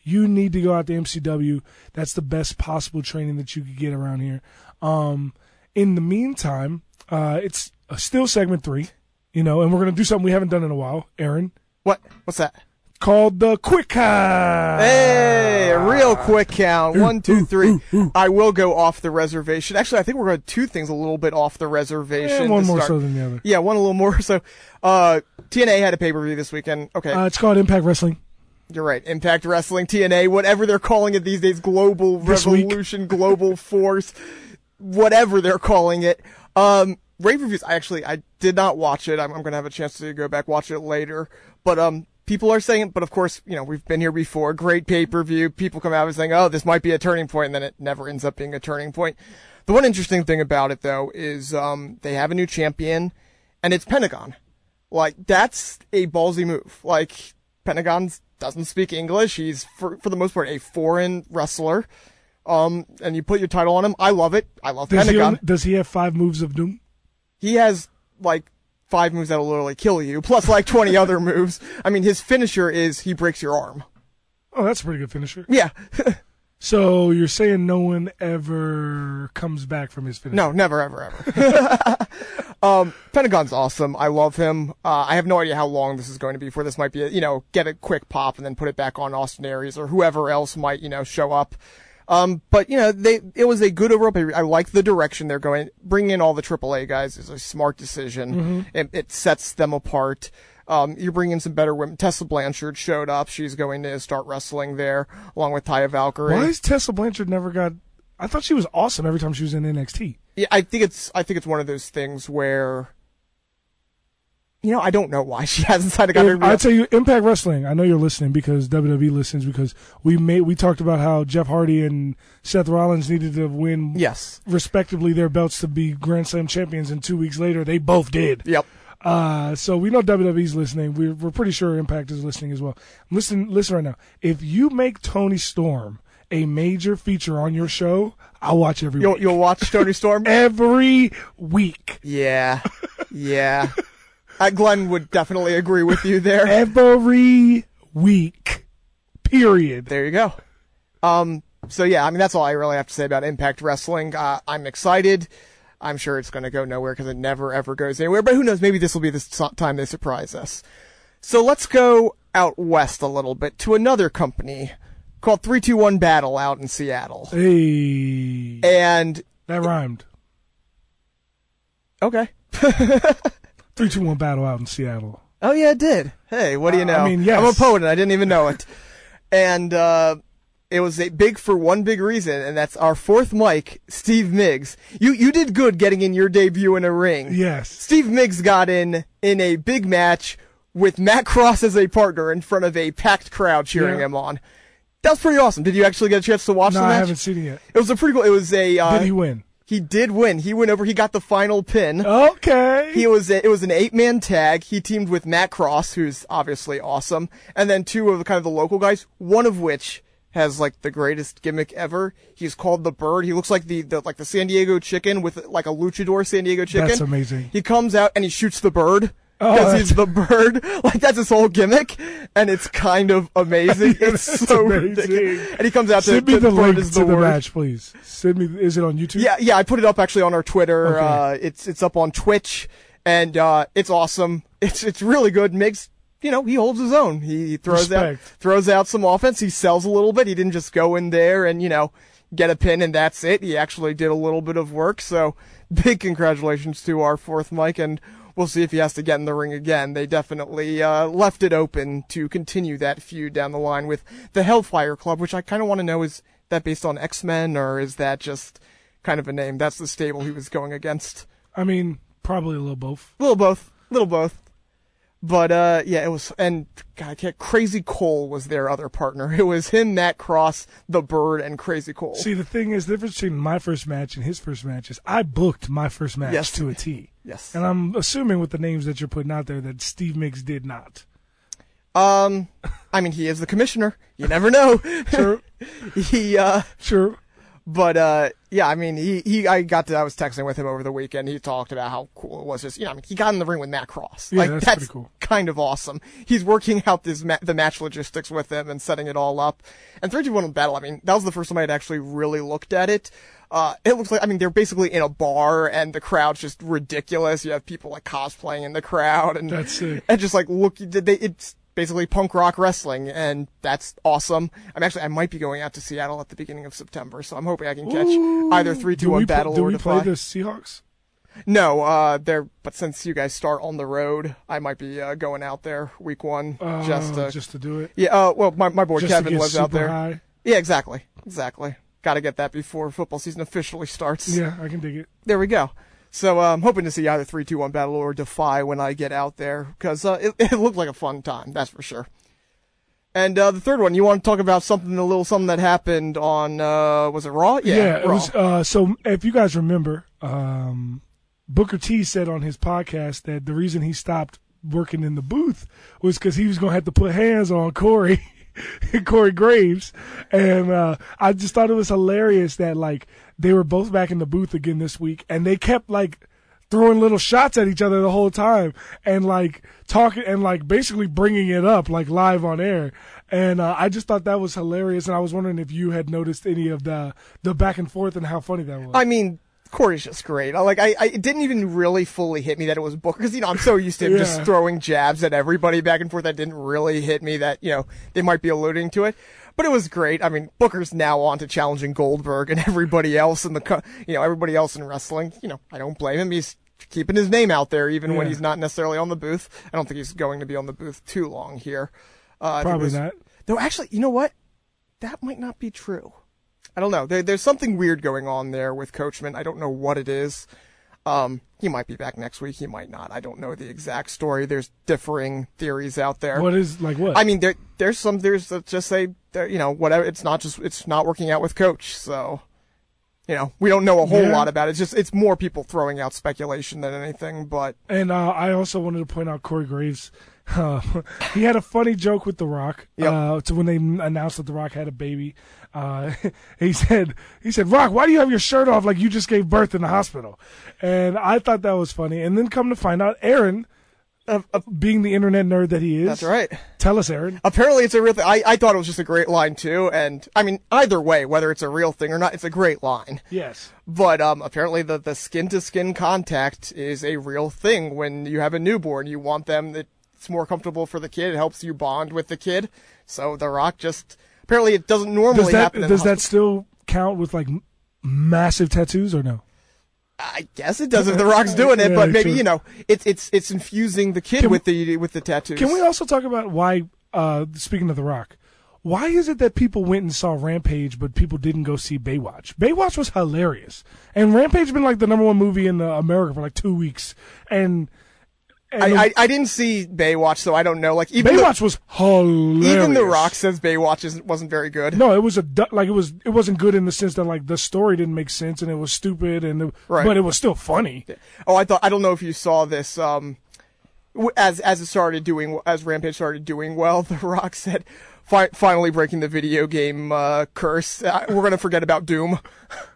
you need to go out to MCW. That's the best possible training that you could get around here. Um, in the meantime, uh, it's still segment three, you know, and we're gonna do something we haven't done in a while. Aaron,
what? What's that?
called the quick count.
Hey,
Ah.
real quick count. One, two, three. I will go off the reservation. Actually, I think we're going to do two things a little bit off the reservation.
Yeah, one more
start.
so than the other.
Yeah, one a little more. So, uh, TNA had a pay per view this weekend. Okay.
Uh, it's called Impact Wrestling.
You're right. Impact Wrestling, TNA, whatever they're calling it these days, Global
This week.
Revolution, Global Force, whatever they're calling it. Um, rave reviews. I actually, I did not watch it. I'm, I'm going to have a chance to go back watch it later. But, um, people are saying, but of course, you know, we've been here before. Great pay per view. People come out and saying, oh, this might be a turning point, and then it never ends up being a turning point. The one interesting thing about it, though, is um, they have a new champion, and it's Pentagon. Like, that's a ballsy move. Like, Pentagon doesn't speak English. He's, for, for the most part, a foreign wrestler. Um, and you put your title on him. I love it. I love
Does he,
Pentagon.
only- does he have five moves of doom?
he has like five moves that'll literally kill you, plus like 20 other moves. I mean, his finisher is he breaks your arm.
Oh, that's a pretty good finisher.
Yeah.
So you're saying no one ever comes back from his finish?
no, never, ever, ever. Um, Pentagon's awesome. I love him. Uh, I have no idea how long this is going to be for. This might be, a, you know, get a quick pop and then put it back on Austin Aries or whoever else might, you know, show up. Um, but you know, they it was a good overall. pay- I like the direction they're going. Bring in all the AAA guys is a smart decision. It, it sets them apart. Um, you bring in some better women. Tessa Blanchard showed up. She's going to start wrestling there along with Taya Valkyrie.
Why is Tessa Blanchard never got? I thought she was awesome every time she was in NXT.
Yeah, I think it's I think it's one of those things where you know, I don't know why she hasn't signed a
If-
contract.
I tell you, Impact Wrestling. I know you're listening because WWE listens because we made we talked about how Jeff Hardy and Seth Rollins needed to win
yes.
respectively their belts to be Grand Slam champions, and two weeks later they both did.
Yep.
Uh, so we know WWE's listening. We're, we're pretty sure Impact is listening as well. Listen, listen right now. If you make Tony Storm a major feature on your show, I'll watch every
You'll
week.
you'll watch Tony Storm?
every week.
yeah. Yeah. Uh, Glenn would definitely agree with you there.
Every week. Period.
There you go. Um so yeah, I mean that's all I really have to say about Impact Wrestling. Uh, I'm excited. I'm sure it's going to go nowhere because it never ever goes anywhere, but who knows, maybe this will be the so- time they surprise us. So let's go out west a little bit to another company called 321 Battle out in Seattle.
Hey.
And
That rhymed.
okay.
321 battle out in Seattle.
Oh yeah, it did. Hey, what do you know?
Uh, I mean, yes.
I'm a poet and I didn't even know it. and uh, it was a big for one big reason, and that's our fourth mic, Steve Miggs. You you did good getting in your debut in a ring.
Yes.
Steve Miggs got in in a big match with Matt Cross as a partner in front of a packed crowd cheering
Yeah.
him on. That was pretty awesome. Did you actually get a chance to watch
No,
the
I
match?
haven't seen it yet.
It was a pretty cool. It was a. Uh,
Did he win? Oh,
he did win. He went over. He got the final pin.
Okay.
He was it was an eight man tag. He teamed with Matt Cross, who's obviously awesome, and then two of the kind of the local guys. One of which has like the greatest gimmick ever. He's called the Bird. He looks like the, the like the San Diego Chicken with like a luchador San Diego Chicken.
That's amazing.
He comes out and he shoots the bird.
Oh,
Because
that's-
he's the bird, like that's his whole gimmick, and it's kind of amazing. It's
That's
so
amazing.
ridiculous. And he comes out to,
Send me
to
the
bird
link
is
to
the
the
word.
match, please. Send me. Is it on YouTube?
Yeah, yeah, I put it up actually on our Twitter.
Okay.
Uh, it's it's up on Twitch, and uh, it's awesome. It's it's really good. Makes you know he holds his own. He throws out
Respect.
throws out some offense. He sells a little bit. He didn't just go in there and you know get a pin and that's it. He actually did a little bit of work. So big congratulations to our fourth Mike, and we'll see if he has to get in the ring again. They definitely uh, left it open to continue that feud down the line with the Hellfire Club, which I kind of want to know is that based on X Men or is that just kind of a name? That's the stable he was going against.
I mean, probably a little both.
Little both, little both. But uh, yeah, it was and God, I can't. Crazy Cole was their other partner. It was him, Matt Cross, the Bird, and Crazy Cole.
See, the thing is, the difference between my first match and his first match is I booked my first match
Yes.
to a T.
yes.
And I'm assuming with the names that you're putting out there that Steve Mix did not.
Um, I mean, he is the commissioner. You never know.
Sure,
he uh.
sure.
But uh, yeah, I mean, he, he I got to I was texting with him over the weekend. He talked about how cool it was. Just you know, I mean, he got in the ring with Matt Cross.
Yeah,
like
that's
that's,
pretty cool.
kind of awesome. He's working out this ma- the match logistics with him and setting it all up. And three two one battle. I mean, that was the first time I had actually really looked at it. Uh, it looks like I mean they're basically in a bar and the crowd's just ridiculous. You have people like cosplaying in the crowd and
That's sick.
and just like look they it's basically punk rock wrestling and that's awesome i'm actually i might be going out to seattle at the beginning of september so i'm hoping i can catch either three, two,
Do
one
we, pl-
battle
do
or
we play
defy
the Seahawks?
no uh there but since you guys start on the road i might be uh, going out there week one
Uh,
just to
just to do it.
yeah uh, well my, my boy
Just to
kevin
get
lives
super
out there
high.
yeah exactly exactly gotta get that before football season officially starts
Yeah, I can dig it.
there we go. So uh, I'm hoping to see either three, two, one battle or defy when I get out there because uh, it, it looked like a fun time, that's for sure. And uh, the third one, you want to talk about something a little something that happened on uh, was it Raw? Yeah,
it
Raw.
was. Uh, so if you guys remember, um, Booker T said on his podcast that the reason he stopped working in the booth was because he was going to have to put hands on Corey, Corey Graves, and uh, I just thought it was hilarious that like they were both back in the booth again this week, and they kept like throwing little shots at each other the whole time and like talking and like basically bringing it up like live on air and uh, i just thought that was hilarious and i was wondering if you had noticed any of the the back and forth and how funny that was
I mean, Corey's just great. I, like I, I, it didn't even really fully hit me that it was Booker because you know I'm so used to him just
Yeah.
throwing jabs at everybody back and forth. That didn't really hit me that you know they might be alluding to it, but it was great. I mean Booker's now on to challenging Goldberg and everybody else in the co- you know everybody else in wrestling. You know I don't blame him. He's keeping his name out there even when
Yeah.
he's not necessarily on the booth. I don't think he's going to be on the booth too long here. Uh, I think
Probably
there's-
not.
Though actually, you know what? That might not be true. I don't know. There, there's something weird going on there with Coachman. I don't know what it is. Um, he might be back next week. He might not. I don't know the exact story. There's differing theories out there.
What is like what?
I mean, there there's some theories that just say that, you know whatever. It's not just it's not working out with Coach. So, you know, we don't know a whole
Yeah.
lot about it. It's just it's more people throwing out speculation than anything. But
And uh, I also wanted to point out Corey Graves. Uh, he had a funny joke with The Rock. Uh, to when they announced that The Rock had a baby, uh, he said, "He said, Rock, why do you have your shirt off like you just gave birth in the hospital?" And I thought that was funny. And then come to find out, Aaron, of, of being the internet nerd that he is,
that's right.
Tell us, Aaron.
apparently it's a real thing. I, I thought it was just a great line too, and I mean either way, whether it's a real thing or not, it's a great line.
Yes.
But um, apparently the the skin to skin contact is a real thing when you have a newborn. You want them that it's more comfortable for the kid. It helps you bond with the kid. So The Rock just apparently it doesn't normally
Does that
happen. in
does
the
that still count with like m- massive tattoos or no?
I guess it does if The Rock's doing it,
Yeah,
but maybe
true.
you know it's it's it's infusing the kid
Can we-
with the with the tattoos.
Can we also talk about why? Uh, speaking of The Rock, why is it that people went and saw Rampage, but people didn't go see Baywatch? Baywatch was hilarious, and Rampage has been like the number one movie in uh, America for like two weeks, and, and
I, I I didn't see Baywatch, so I don't know. Like even the-
Baywatch was hilarious.
even The Rock says Baywatch isn't, wasn't very good.
No, it was a du- like it was it wasn't good in the sense that like the story didn't make sense and it was stupid and it,
Right.
but it was still funny.
Oh, I thought I don't know if you saw this. Um, w- as as it started doing, as Rampage started doing well, The Rock said, Fi- "Finally breaking the video game uh, curse. Uh, we're gonna forget about Doom."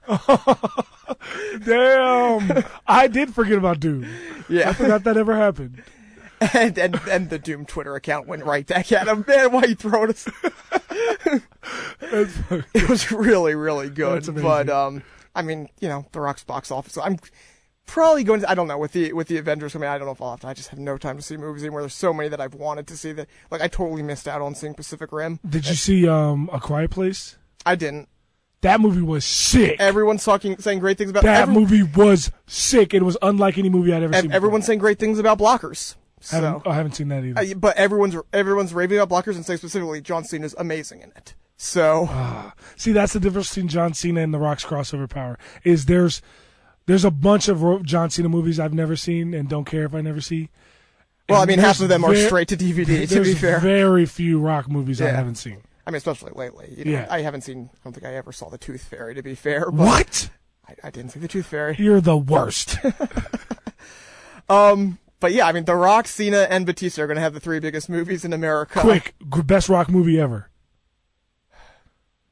Damn, I did forget about Doom. I
Yeah,
forgot that ever happened.
and and and the Doom Twitter account went right back at him. Man, why you throwing us? it was really really good,
That's amazing.
but um, I mean, you know, The Rock's box office. I'm probably going to. I don't know with the with the Avengers coming. out, I don't know if I'll have to. I just have no time to see movies anymore. There's so many that I've wanted to see that like I totally missed out on seeing Pacific Rim.
Did you see um A Quiet Place?
I didn't.
That movie was sick.
Everyone's talking, saying great things about
that
every-
movie was sick. It was unlike any movie I'd ever
ev-
seen.
Everyone's saying great things about blockers.
before. I haven't,
So,
I haven't seen that either.
Uh, but everyone's everyone's raving about blockers and saying specifically John Cena's amazing in it. So
See, that's the difference between John Cena and The Rock's crossover power. Is there's there's a bunch of Ro- John Cena movies I've never seen and don't care if I never see.
Well, I
And
mean, half
there's
of them are
ver-
straight to DVD. To
there's
be fair,
very few Rock movies I
Yeah.
haven't seen.
I mean, especially lately. You know,
Yeah.
I haven't seen. I don't think I ever saw the Tooth Fairy. To be fair, but
What?
I, I didn't see the Tooth Fairy.
You're the worst.
Um, But yeah, I mean, The Rock, Cena, and Batista are going to have the three biggest movies in America.
Quick, g- best Rock movie ever.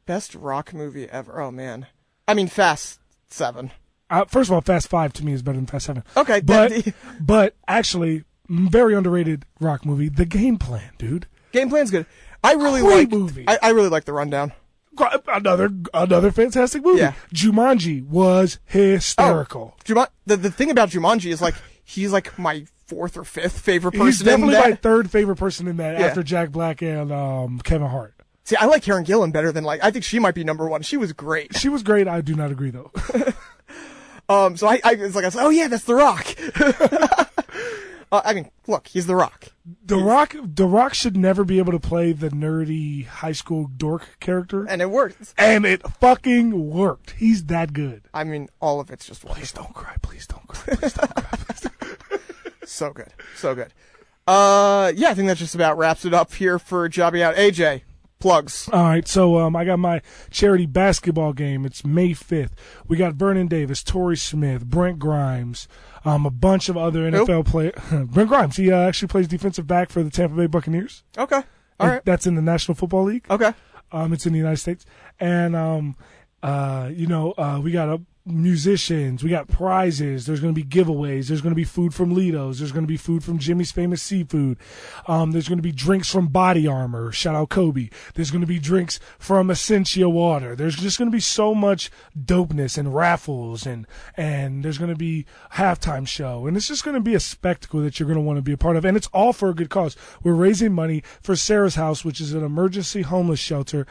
best rock movie ever. Oh man, I mean, Fast Seven.
Uh, first of all, Fast Five to me is better than Fast Seven.
Okay,
but
that-
but actually, m- very underrated Rock movie, The Game Plan, dude.
Game plan's good. I really like.
Great movie.
I, I really like the rundown.
Gr- Another another fantastic movie.
Yeah. Oh.
Jumanji was hysterical.
Juman- the the thing about Jumanji is like he's like my fourth or fifth favorite person.
He's definitely
in that.
my third favorite person in that
Yeah.
after Jack Black and um, Kevin Hart.
See, I like Karen Gillan better than like I think she might be number one. She was great.
She was great. I do not agree though.
Um, so I, I it's like I said, oh yeah, that's The Rock. uh, I mean, look, he's The Rock.
The Rock, The Rock should never be able to play the nerdy high school dork character,
And it works.
and it fucking worked. He's that good.
I mean, all of it's just
Please don't cry. Please don't cry. Please don't cry.
so good, so good. Uh, yeah, I think that just about wraps it up here for Jobby Out. AJ plugs.
All right, so um, I got my charity basketball game. It's May fifth. We got Vernon Davis, Torrey Smith, Brent Grimes, um, a bunch of other NFL players. Brent Grimes, he uh, actually plays defensive back for the Tampa Bay Buccaneers.
Okay, all
And
right,
That's in the National Football League.
okay.
Um, it's in the United States, and um, uh, you know, uh, we got a musicians. We got prizes. There's going to be giveaways. There's going to be food from Lido's. There's going to be food from Jimmy's Famous Seafood. Um, there's going to be drinks from Body Armor. Shout out Kobe. There's going to be drinks from Essentia Water. There's just going to be so much dopeness and raffles and, and there's going to be a halftime show. And it's just going to be a spectacle that you're going to want to be a part of. And it's all for a good cause. We're raising money for Sarah's House, which is an emergency homeless shelter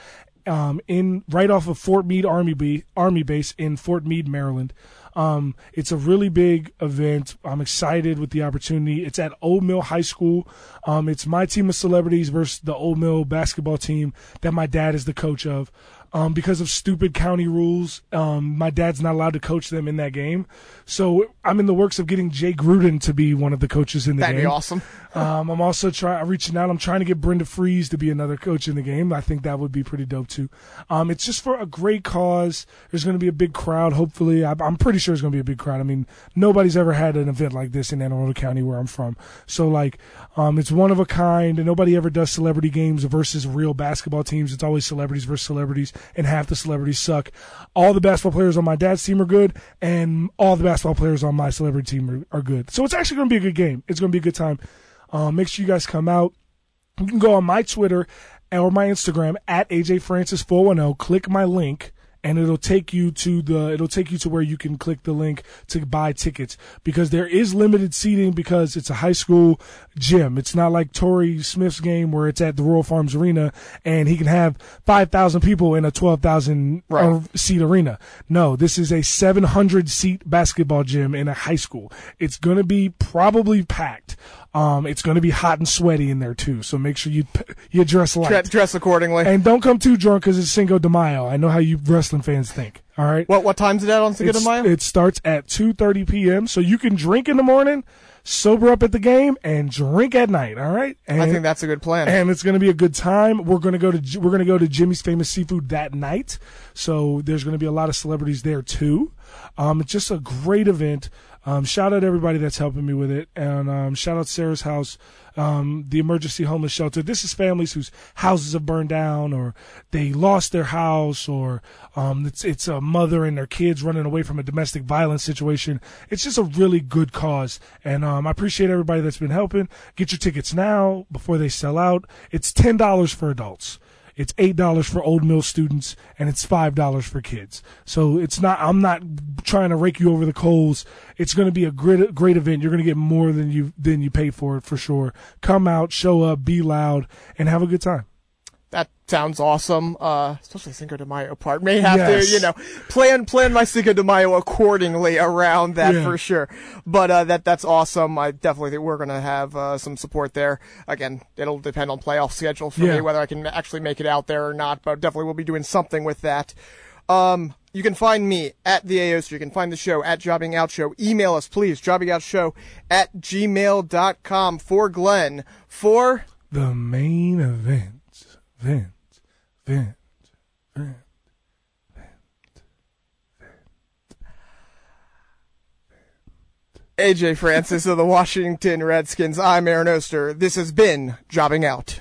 um, in right off of Fort Meade Army B, Army Base in Fort Meade, Maryland. Um, it's a really big event. I'm excited with the opportunity. It's at Old Mill High School. Um, it's my team of celebrities versus the Old Mill basketball team that my dad is the coach of. Um, because of stupid county rules, um, my dad's not allowed to coach them in that game. So I'm in the works of getting Jay Gruden to be one of the coaches in the
That'd
game.
be awesome.
um, I'm also trying reaching out. I'm trying to get Brenda Freeze to be another coach in the game. I think that would be pretty dope too. Um, it's just for a great cause. There's going to be a big crowd. Hopefully, I, I'm pretty sure it's going to be a big crowd. I mean, nobody's ever had an event like this in Anne Arundel County where I'm from. So like, um, it's one of a kind, and nobody ever does celebrity games versus real basketball teams. It's always celebrities versus celebrities and half the celebrities suck. All the basketball players on my dad's team are good, and all the basketball players on my celebrity team are, are good. So it's actually going to be a good game. It's going to be a good time. Uh, make sure you guys come out. You can go on my Twitter or my Instagram at AJFrancis410. oh. Click my link and it'll take you to the it'll take you to where you can click the link to buy tickets because there is limited seating because it's a high school gym. It's not like Torrey Smith's game where it's at the Royal Farms Arena and he can have 5,000 people in a 12,000
Right.
ar- seat arena. No, this is a 700 seat basketball gym in a high school. It's going to be probably packed. Um, it's going to be hot and sweaty in there too. So make sure you p- you dress light.
Dre- Dress accordingly.
And don't come too drunk because it's Cinco de Mayo. I know how you wrestling fans think. All right.
what what time's it at on Cinco de
It's-
Mayo?
It starts at 2:30 p.m. So you can drink in the morning, sober up at the game, and drink at night. All right. And,
I think that's a good plan.
And it's going to be a good time. We're going to go to we're going to go to Jimmy's Famous Seafood that night. So there's going to be a lot of celebrities there too. Um, it's just a great event. Um, shout out everybody that's helping me with it, and um, shout out Sarah's House, um, the emergency homeless shelter. This is families whose houses have burned down, or they lost their house, or um, it's it's a mother and their kids running away from a domestic violence situation. It's just a really good cause, and um, I appreciate everybody that's been helping. Get your tickets now before they sell out. It's ten dollars for adults. It's eight dollars for Old Mill students, and it's five dollars for kids. So it's not. I'm not trying to rake you over the coals. It's going to be a great, great event. You're going to get more than you than you pay for it for sure. Come out, show up, be loud, and have a good time.
that sounds awesome. Uh, especially Cinco de Mayo part. May have
Yes.
to, you know, plan plan my Cinco de Mayo accordingly around that
Yeah.
for sure. But uh, that that's awesome. I definitely think we're gonna have uh, some support there. Again, it'll depend on playoff schedule for
Yeah.
me whether I can actually make it out there or not. But definitely we'll be doing something with that. Um, you can find me at the AO Show. You can find the show at Jobbing Out Show. Email us, please, jobbingoutshow at gmail.com for Glenn. For
The main event, event, event, event.
AJ Francis of the Washington Redskins. I'm Aaron Oster. This has been Jobbing Out.